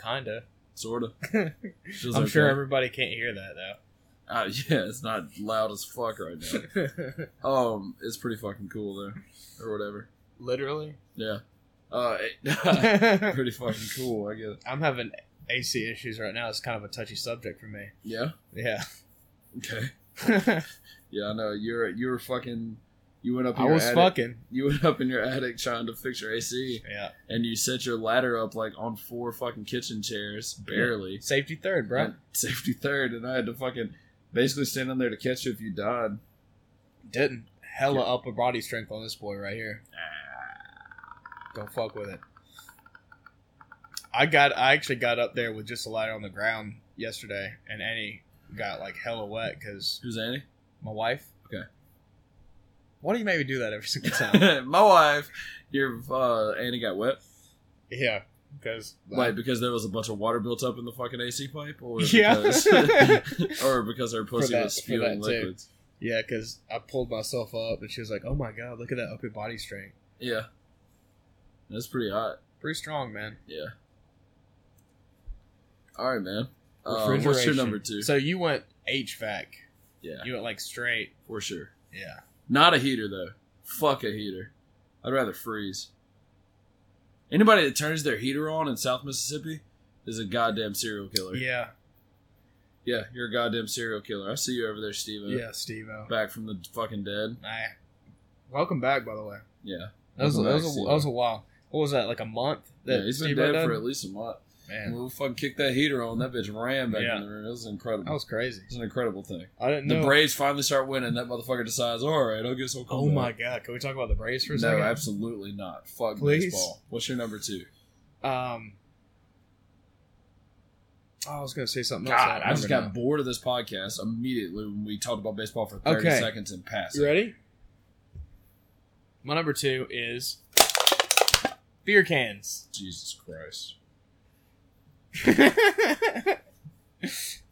Speaker 1: Kinda.
Speaker 4: sorta.
Speaker 1: I'm
Speaker 4: Feels
Speaker 1: sure
Speaker 4: okay.
Speaker 1: everybody can't hear that though.
Speaker 4: Uh, yeah, it's not loud as fuck right now. um, it's pretty fucking cool though, or whatever.
Speaker 1: Literally.
Speaker 4: Yeah, uh, it-
Speaker 1: I'm
Speaker 4: pretty fucking cool. I get it.
Speaker 1: having AC issues right now. It's kind of a touchy subject for me.
Speaker 4: Yeah.
Speaker 1: Yeah.
Speaker 4: Okay. Yeah, I know. You're you were fucking. You went up. In
Speaker 1: I
Speaker 4: your
Speaker 1: was
Speaker 4: attic,
Speaker 1: fucking.
Speaker 4: You went up in your attic trying to fix your AC,
Speaker 1: Yeah.
Speaker 4: and you set your ladder up like on four fucking kitchen chairs, barely.
Speaker 1: Safety third, bro.
Speaker 4: And Safety third, and I had to fucking basically stand on there to catch you if you died.
Speaker 1: Didn't. Hella upper body strength on this boy right here.
Speaker 4: Ah.
Speaker 1: Don't fuck with it. I got. I actually got up there with just a light on the ground yesterday, and Annie got like hella wet because
Speaker 4: Who's Annie?
Speaker 1: my wife.
Speaker 4: Okay.
Speaker 1: Why do you make me do that every single time?
Speaker 4: My wife. Your uh, Annie got wet.
Speaker 1: yeah, uh, because
Speaker 4: Like because there was a bunch of water built up in the fucking AC pipe, or
Speaker 1: Yeah.
Speaker 4: because, or because her pussy
Speaker 1: that-
Speaker 4: was
Speaker 1: for
Speaker 4: spewing
Speaker 1: that too.
Speaker 4: liquids.
Speaker 1: Yeah, because I pulled myself up and she was like, oh my god, look at that upper body strength.
Speaker 4: Yeah, that's pretty hot.
Speaker 1: Pretty strong, man.
Speaker 4: Yeah. All right, man. Uh, what's your
Speaker 1: Refrigeration.
Speaker 4: number two?
Speaker 1: So you went HVAC.
Speaker 4: yeah,
Speaker 1: You went like straight.
Speaker 4: for sure.
Speaker 1: Yeah.
Speaker 4: Not a heater though. Fuck a heater. I'd rather freeze. Anybody that turns their heater on in South Mississippi is a goddamn serial killer.
Speaker 1: Yeah.
Speaker 4: Yeah, you're a goddamn serial killer. I see you over there, Steven.
Speaker 1: Yeah, Steve O.
Speaker 4: Back from the fucking dead.
Speaker 1: Welcome back, by the way.
Speaker 4: Yeah.
Speaker 1: That was, that,
Speaker 4: Welcome
Speaker 1: was a,
Speaker 4: back, Steve-O.
Speaker 1: that was a while. What was that, like a month? That
Speaker 4: yeah, he's been
Speaker 1: Steve
Speaker 4: dead
Speaker 1: O
Speaker 4: for
Speaker 1: done?
Speaker 4: at least a month.
Speaker 1: Man,
Speaker 4: We'll fucking kick that heater on. That bitch ran back
Speaker 1: Yeah.
Speaker 4: in the room. It was incredible.
Speaker 1: that was crazy.
Speaker 4: it was an incredible thing.
Speaker 1: I didn't
Speaker 4: The
Speaker 1: know.
Speaker 4: Braves finally start winning. That motherfucker decides, all right, I'll guess I'll come
Speaker 1: oh
Speaker 4: back."
Speaker 1: my god, can we talk about the Braves for a
Speaker 4: No,
Speaker 1: second?
Speaker 4: absolutely not. Fuck
Speaker 1: Please?
Speaker 4: baseball. What's your number two?
Speaker 1: Um, oh, I was going to say something else.
Speaker 4: God, I just got
Speaker 1: remember
Speaker 4: bored of this podcast immediately when we talked about baseball for 30
Speaker 1: Okay.
Speaker 4: seconds and passed.
Speaker 1: now. You ready? My number two is beer cans.
Speaker 4: Jesus Christ.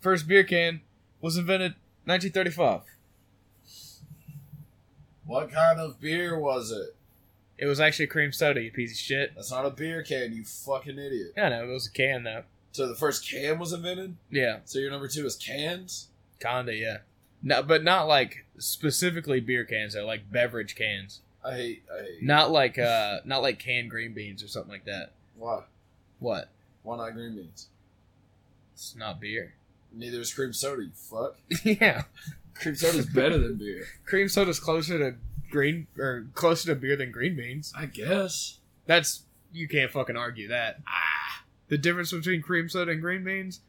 Speaker 1: First beer can was invented 1935.
Speaker 4: What kind of beer was it?
Speaker 1: It was actually cream soda, you piece of shit.
Speaker 4: That's not a beer can, you fucking idiot.
Speaker 1: Yeah, no, it was a can though.
Speaker 4: So the first can was invented?
Speaker 1: Yeah,
Speaker 4: So your number two is cans?
Speaker 1: kinda, yeah. No, but not like specifically beer cans though, like beverage cans.
Speaker 4: I hate, I hate.
Speaker 1: Not like uh, not like canned green beans or something like that.
Speaker 4: Why?
Speaker 1: What?
Speaker 4: Why not green beans?
Speaker 1: It's not beer.
Speaker 4: Neither is cream soda, you fuck.
Speaker 1: yeah,
Speaker 4: Cream soda's better than beer.
Speaker 1: cream soda's closer to green or closer to beer than green beans.
Speaker 4: I guess.
Speaker 1: That's you can't fucking argue that. The difference between cream soda and green beans,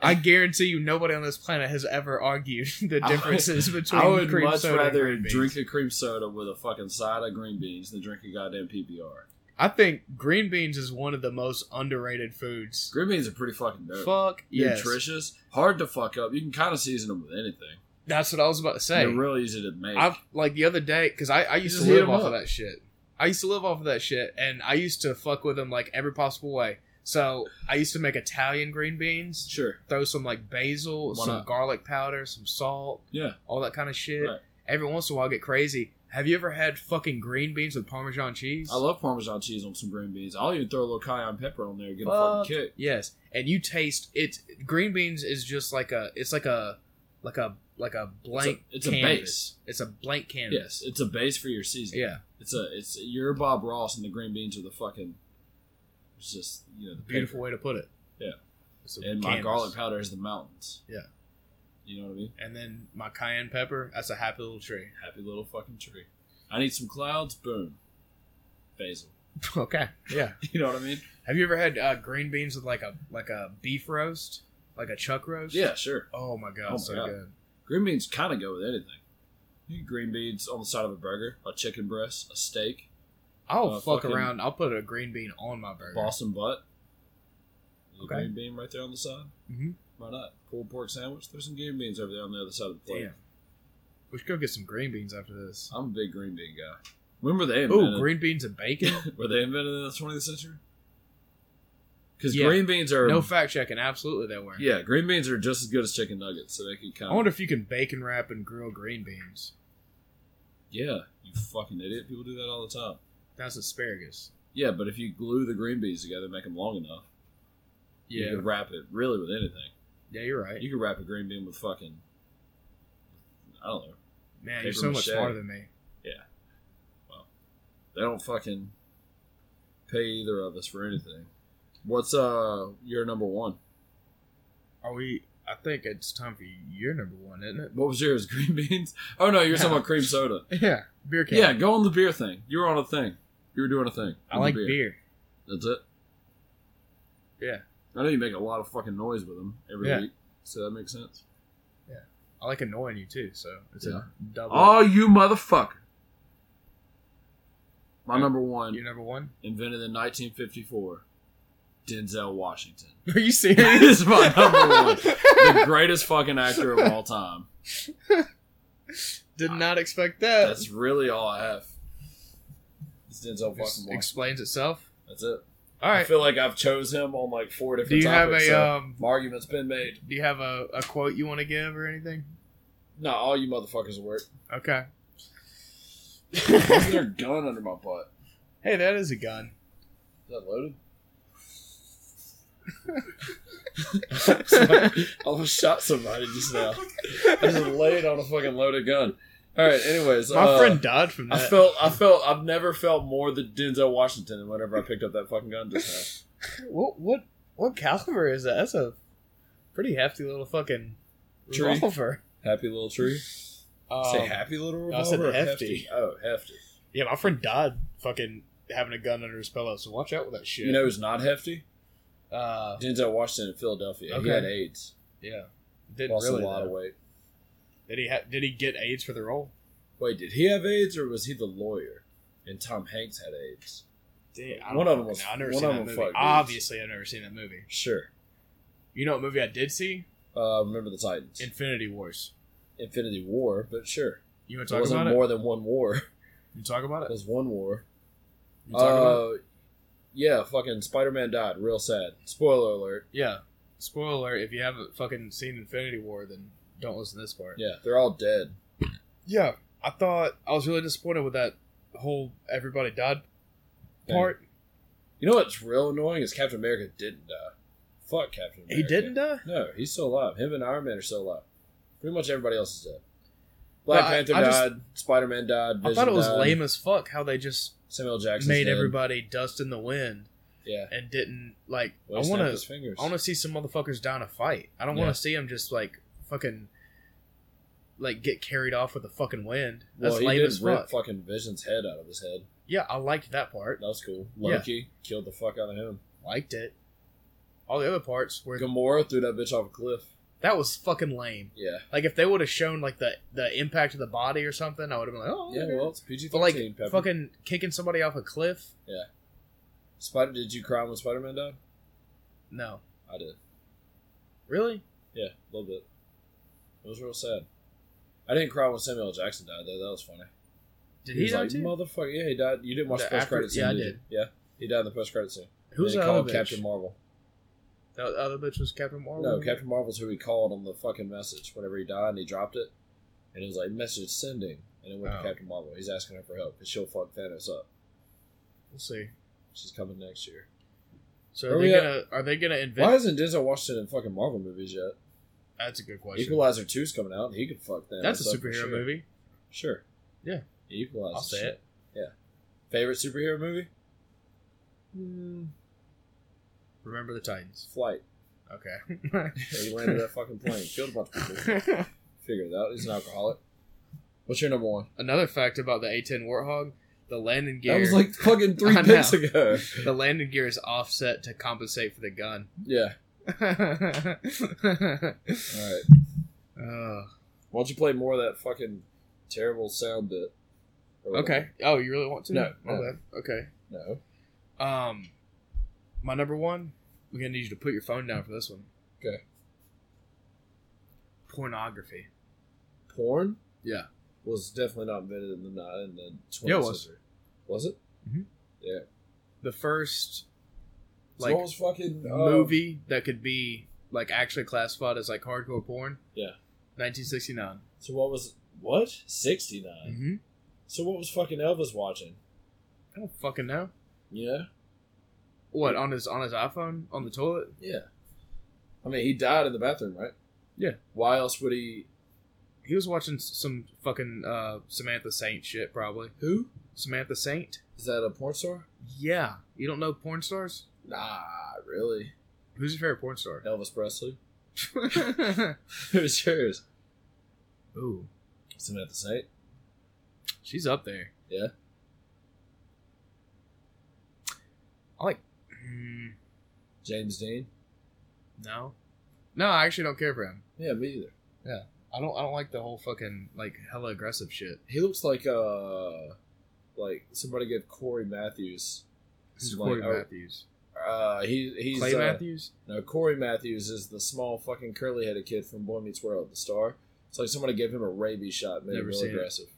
Speaker 1: I guarantee you nobody on this planet has ever argued the
Speaker 4: I would-
Speaker 1: differences between
Speaker 4: I would
Speaker 1: cream
Speaker 4: much
Speaker 1: soda and
Speaker 4: rather
Speaker 1: green beans.
Speaker 4: drink a cream soda with a fucking side of green beans than drink a goddamn PBR.
Speaker 1: I think green beans is one of the most underrated foods.
Speaker 4: Green beans are pretty fucking dope.
Speaker 1: Fuck yes,
Speaker 4: Nutritious. Hard to fuck up. You can kind of season them with anything.
Speaker 1: that's what I was about to say.
Speaker 4: They're real easy to make.
Speaker 1: I like the other day because I, I used
Speaker 4: Just
Speaker 1: to
Speaker 4: hit
Speaker 1: live
Speaker 4: 'em
Speaker 1: off
Speaker 4: up.
Speaker 1: of that shit. I used to live off of that shit, and I used to fuck with them like every possible way. So I used to make Italian green beans,
Speaker 4: Sure.
Speaker 1: throw some like basil,
Speaker 4: Why
Speaker 1: some
Speaker 4: not?
Speaker 1: garlic powder, some salt,
Speaker 4: Yeah.
Speaker 1: all that kind of shit.
Speaker 4: Right.
Speaker 1: Every once in a while, I get crazy. Have you ever had fucking green beans with Parmesan cheese?
Speaker 4: I love Parmesan cheese on some green beans. I'll even throw a little cayenne pepper on there and get a
Speaker 1: Fuck.
Speaker 4: fucking kick.
Speaker 1: Yes, and you taste it. Green beans is just like a. It's like a, like a, like a blank.
Speaker 4: It's a, it's a
Speaker 1: canvas.
Speaker 4: base.
Speaker 1: It's a blank canvas.
Speaker 4: Yes, it's a base for your season.
Speaker 1: Yeah.
Speaker 4: It's a it's you're Bob Ross and the green beans are the fucking. It's just you know the
Speaker 1: Beautiful
Speaker 4: paper.
Speaker 1: way to put it.
Speaker 4: Yeah.
Speaker 1: It's a
Speaker 4: And my
Speaker 1: canvas.
Speaker 4: garlic powder is the mountains.
Speaker 1: Yeah.
Speaker 4: You know what I mean?
Speaker 1: And then my cayenne pepper. That's a happy little tree.
Speaker 4: Happy little fucking tree. I need some clouds. Boom. Basil.
Speaker 1: okay. Yeah.
Speaker 4: You know what I mean?
Speaker 1: Have you ever had uh, green beans with like a like a beef roast, like a chuck roast?
Speaker 4: Yeah, sure.
Speaker 1: Oh my god,
Speaker 4: Oh my
Speaker 1: so
Speaker 4: God.
Speaker 1: good.
Speaker 4: Green beans kind of go with anything. You can green beans on the side of a burger, a chicken breast, a steak,
Speaker 1: I'll
Speaker 4: Uh,
Speaker 1: fuck
Speaker 4: fucking-
Speaker 1: around. I'll put a green bean on my burger.
Speaker 4: Boston butt. Little
Speaker 1: Okay.
Speaker 4: Green bean right there on the side.
Speaker 1: Mhm.
Speaker 4: Why not? Pulled pork sandwich. There's some green beans over there on the other side of the plate.
Speaker 1: Damn. We should go get some green beans after this.
Speaker 4: I'm a big green bean guy. When were they invented?
Speaker 1: Oh, green beans and bacon.
Speaker 4: were they invented in the 20th century? Because
Speaker 1: Yeah.
Speaker 4: green beans are
Speaker 1: no fact checking. Absolutely, they were.
Speaker 4: yeah, green beans are just as good as chicken nuggets, so they can kind
Speaker 1: I
Speaker 4: of
Speaker 1: wonder if you can bacon wrap and grill green beans.
Speaker 4: yeah, you fucking idiot. People do that all the time.
Speaker 1: That's asparagus.
Speaker 4: Yeah, but if you glue the green beans together, make them long enough, you
Speaker 1: Yeah.
Speaker 4: can wrap it really with anything.
Speaker 1: Yeah, you're right.
Speaker 4: You can wrap a green bean with fucking, I don't know.
Speaker 1: Man, you're
Speaker 4: paper
Speaker 1: so much
Speaker 4: mache.
Speaker 1: smarter than me.
Speaker 4: They don't fucking pay either of us for anything. What's uh your number one?
Speaker 1: Are we? I think it's time for your number one, isn't it?
Speaker 4: What was yours? Green beans? Oh no, you're talking
Speaker 1: Yeah.
Speaker 4: about cream soda.
Speaker 1: Yeah, beer can.
Speaker 4: Yeah, go on the beer thing. You were on a thing. You were doing a thing.
Speaker 1: I
Speaker 4: On the
Speaker 1: like beer.
Speaker 4: That's it.
Speaker 1: Yeah.
Speaker 4: I know you make a lot of fucking noise with them every
Speaker 1: Yeah.
Speaker 4: week, so that makes sense.
Speaker 1: I like annoying you too, so it's
Speaker 4: Yeah.
Speaker 1: a double.
Speaker 4: Oh, you motherfucker! My number one,
Speaker 1: You're number one?
Speaker 4: invented in 1954, Denzel Washington.
Speaker 1: Are you serious?
Speaker 4: is my number one. The greatest fucking actor of all time.
Speaker 1: Did not expect that.
Speaker 4: That's really all I have. It's Denzel
Speaker 1: Ex-
Speaker 4: fucking Washington.
Speaker 1: explains itself.
Speaker 4: That's it.
Speaker 1: All
Speaker 4: I
Speaker 1: right.
Speaker 4: feel like I've chose him on like four different.
Speaker 1: Do you have
Speaker 4: topics,
Speaker 1: a
Speaker 4: so
Speaker 1: um?
Speaker 4: my argument's been made?
Speaker 1: Do you have a, a quote you want to give or anything?
Speaker 4: No, all you motherfuckers will work.
Speaker 1: Okay.
Speaker 4: What's their gun under my butt?
Speaker 1: Hey, that is a gun.
Speaker 4: Is that loaded?
Speaker 1: Sorry.
Speaker 4: I almost shot somebody just now. I just laid on a fucking loaded gun. All right. Anyways,
Speaker 1: My
Speaker 4: uh,
Speaker 1: friend died from
Speaker 4: I
Speaker 1: that.
Speaker 4: felt, I felt, I've never felt more the Denzel Washington than whenever I picked up that fucking gun just
Speaker 1: what what what caliber is that? That's a pretty hefty little fucking
Speaker 4: Tree.
Speaker 1: revolver.
Speaker 4: now. Happy little tree.
Speaker 1: Um,
Speaker 4: little
Speaker 1: I said
Speaker 4: revolver or
Speaker 1: hefty.
Speaker 4: Oh, hefty.
Speaker 1: Yeah, my friend died fucking having a gun under his pillow. So watch out with that shit.
Speaker 4: You know who's not hefty?
Speaker 1: uh,
Speaker 4: Denzel Washington in Philadelphia.
Speaker 1: Okay.
Speaker 4: He had AIDS.
Speaker 1: yeah, didn't
Speaker 4: Lost
Speaker 1: really.
Speaker 4: a lot
Speaker 1: though.
Speaker 4: of weight.
Speaker 1: Did he ha- did he get AIDS for the role?
Speaker 4: Wait, did he have AIDS or was he the lawyer? And Tom Hanks had AIDS.
Speaker 1: Damn, I
Speaker 4: One
Speaker 1: don't
Speaker 4: of them
Speaker 1: fucking
Speaker 4: was-
Speaker 1: know. I've never
Speaker 4: one
Speaker 1: seen
Speaker 4: of
Speaker 1: that
Speaker 4: them
Speaker 1: movie.
Speaker 4: fucked dudes.
Speaker 1: Obviously, I've never seen that movie.
Speaker 4: Sure.
Speaker 1: You know what movie I did see?
Speaker 4: Uh, remember the Titans.
Speaker 1: Infinity Wars.
Speaker 4: Infinity War, but sure.
Speaker 1: You want
Speaker 4: It
Speaker 1: to talk
Speaker 4: wasn't
Speaker 1: about
Speaker 4: more
Speaker 1: it?
Speaker 4: than one war.
Speaker 1: You talk about
Speaker 4: It
Speaker 1: it.
Speaker 4: was one war.
Speaker 1: You talk about it.
Speaker 4: Uh, Yeah, fucking Spider Man died. Real sad. Spoiler alert.
Speaker 1: Yeah. Spoiler: alert, If you haven't fucking seen Infinity War, then don't listen to this part.
Speaker 4: Yeah, they're all dead.
Speaker 1: Yeah, I thought I was really disappointed with that whole everybody died part.
Speaker 4: You know what's real annoying is Captain America didn't die. Fuck Captain America.
Speaker 1: He didn't die.
Speaker 4: No, he's still alive. Him and Iron Man are still alive. Pretty much everybody else is dead. Black
Speaker 1: Well, I-
Speaker 4: Panther
Speaker 1: I just-
Speaker 4: died. Spider Man died.
Speaker 1: I
Speaker 4: Vision
Speaker 1: thought it was
Speaker 4: died,
Speaker 1: lame as fuck how they just
Speaker 4: Samuel Jackson
Speaker 1: made everybody dust in the wind
Speaker 4: Yeah.
Speaker 1: and didn't like.
Speaker 4: Well, he
Speaker 1: I
Speaker 4: snapped
Speaker 1: want
Speaker 4: his
Speaker 1: to.
Speaker 4: fingers.
Speaker 1: I want to see some motherfuckers down a fight. I don't
Speaker 4: Yeah.
Speaker 1: want to see them just like fucking like get carried off with the fucking wind.
Speaker 4: well,
Speaker 1: That's
Speaker 4: he
Speaker 1: lame
Speaker 4: did
Speaker 1: as
Speaker 4: rip
Speaker 1: fuck.
Speaker 4: fucking Vision's head out of his head.
Speaker 1: Yeah, I liked that part.
Speaker 4: That was cool.
Speaker 1: Yeah.
Speaker 4: Loki killed the fuck out of him.
Speaker 1: Liked it. All the other parts were
Speaker 4: Gamora threw that bitch off a cliff.
Speaker 1: that was fucking lame.
Speaker 4: Yeah.
Speaker 1: Like if they would have shown like the the impact of the body or something, I would have been like, oh
Speaker 4: Yeah,
Speaker 1: okay.
Speaker 4: well, it's PG
Speaker 1: But like
Speaker 4: thirteen. Like, fucking
Speaker 1: fucking kicking somebody off a cliff,
Speaker 4: Spider. Did you cry when Spider Man died?
Speaker 1: no,
Speaker 4: I did.
Speaker 1: really,
Speaker 4: Yeah, a little bit. It was real sad. I didn't cry when Samuel L. Jackson died though. That was funny.
Speaker 1: did
Speaker 4: He
Speaker 1: he
Speaker 4: was
Speaker 1: die
Speaker 4: like,
Speaker 1: too?
Speaker 4: motherfucker. Yeah, he died. You didn't watch the
Speaker 1: The
Speaker 4: post credit
Speaker 1: after-
Speaker 4: scene.
Speaker 1: yeah, I
Speaker 4: did. you?
Speaker 1: did.
Speaker 4: Yeah, he died in the post credit scene.
Speaker 1: Who's
Speaker 4: they
Speaker 1: the
Speaker 4: called
Speaker 1: other bitch?
Speaker 4: Captain Marvel?
Speaker 1: The other bitch was Captain Marvel.
Speaker 4: No, Captain Marvel's who he called on the fucking message whenever he died and he dropped it. And it was like, message sending. And it went
Speaker 1: Oh.
Speaker 4: to Captain Marvel. He's asking her for help because she'll fuck Thanos up.
Speaker 1: We'll see.
Speaker 4: She's coming next year.
Speaker 1: So
Speaker 4: Where
Speaker 1: are they
Speaker 4: we at?
Speaker 1: gonna are they gonna invent?
Speaker 4: Why isn't Denzel Washington in fucking Marvel movies yet?
Speaker 1: That's a good question.
Speaker 4: Equalizer 2's coming out and he could fuck Thanos
Speaker 1: That's a
Speaker 4: up for
Speaker 1: superhero
Speaker 4: sure.
Speaker 1: movie.
Speaker 4: Sure.
Speaker 1: Yeah.
Speaker 4: Equalizer.
Speaker 1: I'll say
Speaker 4: shit.
Speaker 1: it.
Speaker 4: Favorite superhero movie?
Speaker 1: Remember the Titans.
Speaker 4: Flight.
Speaker 1: Okay.
Speaker 4: Where he landed that fucking plane. Killed a bunch of people. Figured it out. He's an alcoholic. What's your number one?
Speaker 1: Another fact about the A10 Warthog: the landing gear,
Speaker 4: That was like fucking three
Speaker 1: I know.
Speaker 4: minutes ago.
Speaker 1: the landing gear is offset to compensate for the gun.
Speaker 4: Yeah. All right.
Speaker 1: Ugh.
Speaker 4: Why don't you play more of that fucking terrible sound bit? Or
Speaker 1: okay. Oh, you really want to?
Speaker 4: No,
Speaker 1: My
Speaker 4: no.
Speaker 1: bad. Okay.
Speaker 4: whatever. No.
Speaker 1: Um, my number one. We're gonna need you to put your phone down for this one.
Speaker 4: Okay.
Speaker 1: Pornography.
Speaker 4: Porn?
Speaker 1: Yeah.
Speaker 4: Was definitely not invented in the ni- in the 20th
Speaker 1: Yeah, it was.
Speaker 4: century. Was it?
Speaker 1: The first
Speaker 4: So
Speaker 1: Like,
Speaker 4: what was fucking uh,
Speaker 1: movie that could be like actually classified as like hardcore porn.
Speaker 4: Yeah.
Speaker 1: 1969.
Speaker 4: So what was what? 69.
Speaker 1: Mm-hmm.
Speaker 4: So what was fucking Elvis watching?
Speaker 1: I don't fucking know.
Speaker 4: Yeah.
Speaker 1: What on his on his iPhone on the toilet?
Speaker 4: Yeah. I mean, he died in the bathroom, right?
Speaker 1: Yeah.
Speaker 4: Why else would he
Speaker 1: He was watching s- some fucking uh, Samantha Saint shit probably.
Speaker 4: Who?
Speaker 1: Samantha Saint.
Speaker 4: Is that a porn star?
Speaker 1: Yeah. You don't know porn stars?
Speaker 4: Nah, really.
Speaker 1: Who's your favorite porn star?
Speaker 4: Elvis Presley. Who's yours?
Speaker 1: Ooh,
Speaker 4: Samantha Saint.
Speaker 1: she's up there.
Speaker 4: Yeah.
Speaker 1: I like. Mm,
Speaker 4: James Dean.
Speaker 1: no. No, I actually don't care for him.
Speaker 4: Yeah, me either.
Speaker 1: I don't. I don't like the whole fucking like hella aggressive shit.
Speaker 4: He looks like uh like somebody gave Corey Matthews.
Speaker 1: This is
Speaker 4: Like,
Speaker 1: Corey
Speaker 4: oh,
Speaker 1: Matthews.
Speaker 4: Uh, he he's
Speaker 1: Clay
Speaker 4: uh,
Speaker 1: Matthews.
Speaker 4: No, Corey Matthews is the small fucking curly headed kid from Boy Meets World, the star. It's like somebody gave him a rabies shot, and made him
Speaker 1: Never
Speaker 4: real
Speaker 1: seen it.
Speaker 4: aggressive.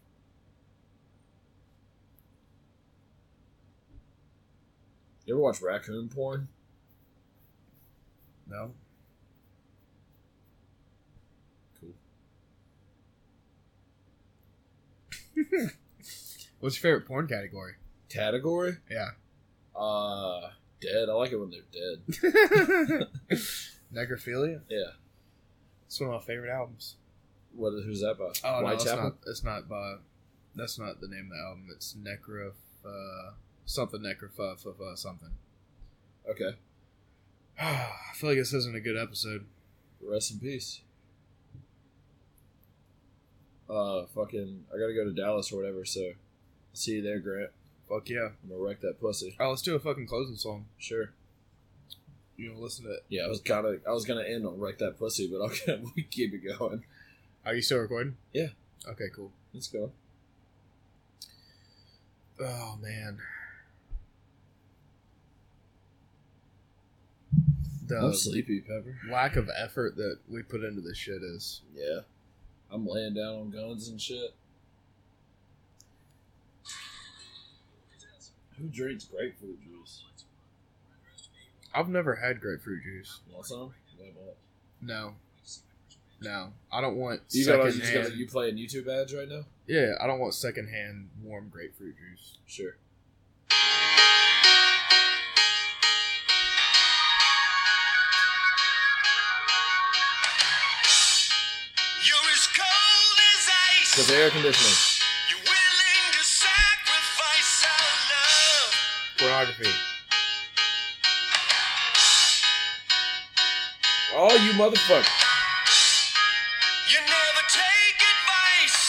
Speaker 4: You ever watch raccoon porn?
Speaker 1: No.
Speaker 4: Cool.
Speaker 1: What's your favorite porn category?
Speaker 4: Category?
Speaker 1: Yeah.
Speaker 4: Uh dead. I like it when they're dead.
Speaker 1: Necrophilia.
Speaker 4: Yeah.
Speaker 1: It's one of my favorite albums.
Speaker 4: What who's that by?
Speaker 1: Oh no, it's
Speaker 4: Whitechapel?
Speaker 1: not. It's not by. That's not the name of the album. It's Necro. Uh, something Necrofuff of uh, something.
Speaker 4: Okay.
Speaker 1: I feel like this isn't a good episode.
Speaker 4: Rest in peace. Uh fucking I gotta go to Dallas or whatever, so see you there, Grant.
Speaker 1: Fuck yeah.
Speaker 4: I'm gonna wreck that pussy.
Speaker 1: Oh, let's do a fucking closing song.
Speaker 4: Sure.
Speaker 1: You know, listen to it.
Speaker 4: Yeah, I was kinda I was gonna end on wreck that pussy, but I'll we keep it going.
Speaker 1: Are you still recording?
Speaker 4: Yeah.
Speaker 1: Okay, cool.
Speaker 4: Let's go.
Speaker 1: Oh man. The
Speaker 4: I'm sleepy, Pepper.
Speaker 1: lack of effort that we put into this shit is
Speaker 4: Yeah. I'm laying down on guns and shit. Who drinks grapefruit juice?
Speaker 1: I've never had grapefruit juice.
Speaker 4: Want some? Yeah, but-
Speaker 1: No. No. I don't want
Speaker 4: You got
Speaker 1: secondhand.
Speaker 4: you, got you playing YouTube ads right now?
Speaker 1: yeah, I don't want secondhand warm grapefruit juice.
Speaker 4: Sure.
Speaker 2: You're as cold as ice.
Speaker 4: Because air conditioning.
Speaker 2: You're willing to sacrifice our love.
Speaker 1: Pornography.
Speaker 4: Oh, you motherfucker!
Speaker 2: You never take advice.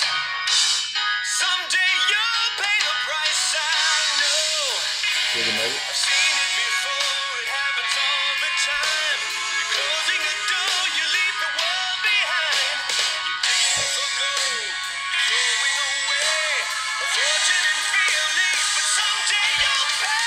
Speaker 2: Someday you'll pay the price. I know.
Speaker 4: Chicken nugget.
Speaker 2: I've seen it before. It happens all the time. You're closing the door. You leave the world behind. You're digging for gold. Throwing away a fortune and feelings. But someday you'll pay.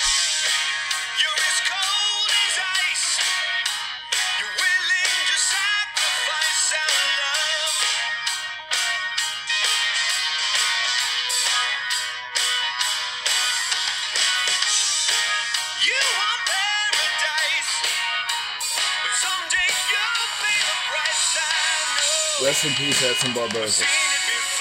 Speaker 2: You're as cold as ice. You're willing to sacrifice our love. You want paradise, but someday you'll pay the price. I know.
Speaker 4: Rest in peace, Edson Barboza.
Speaker 2: Seen it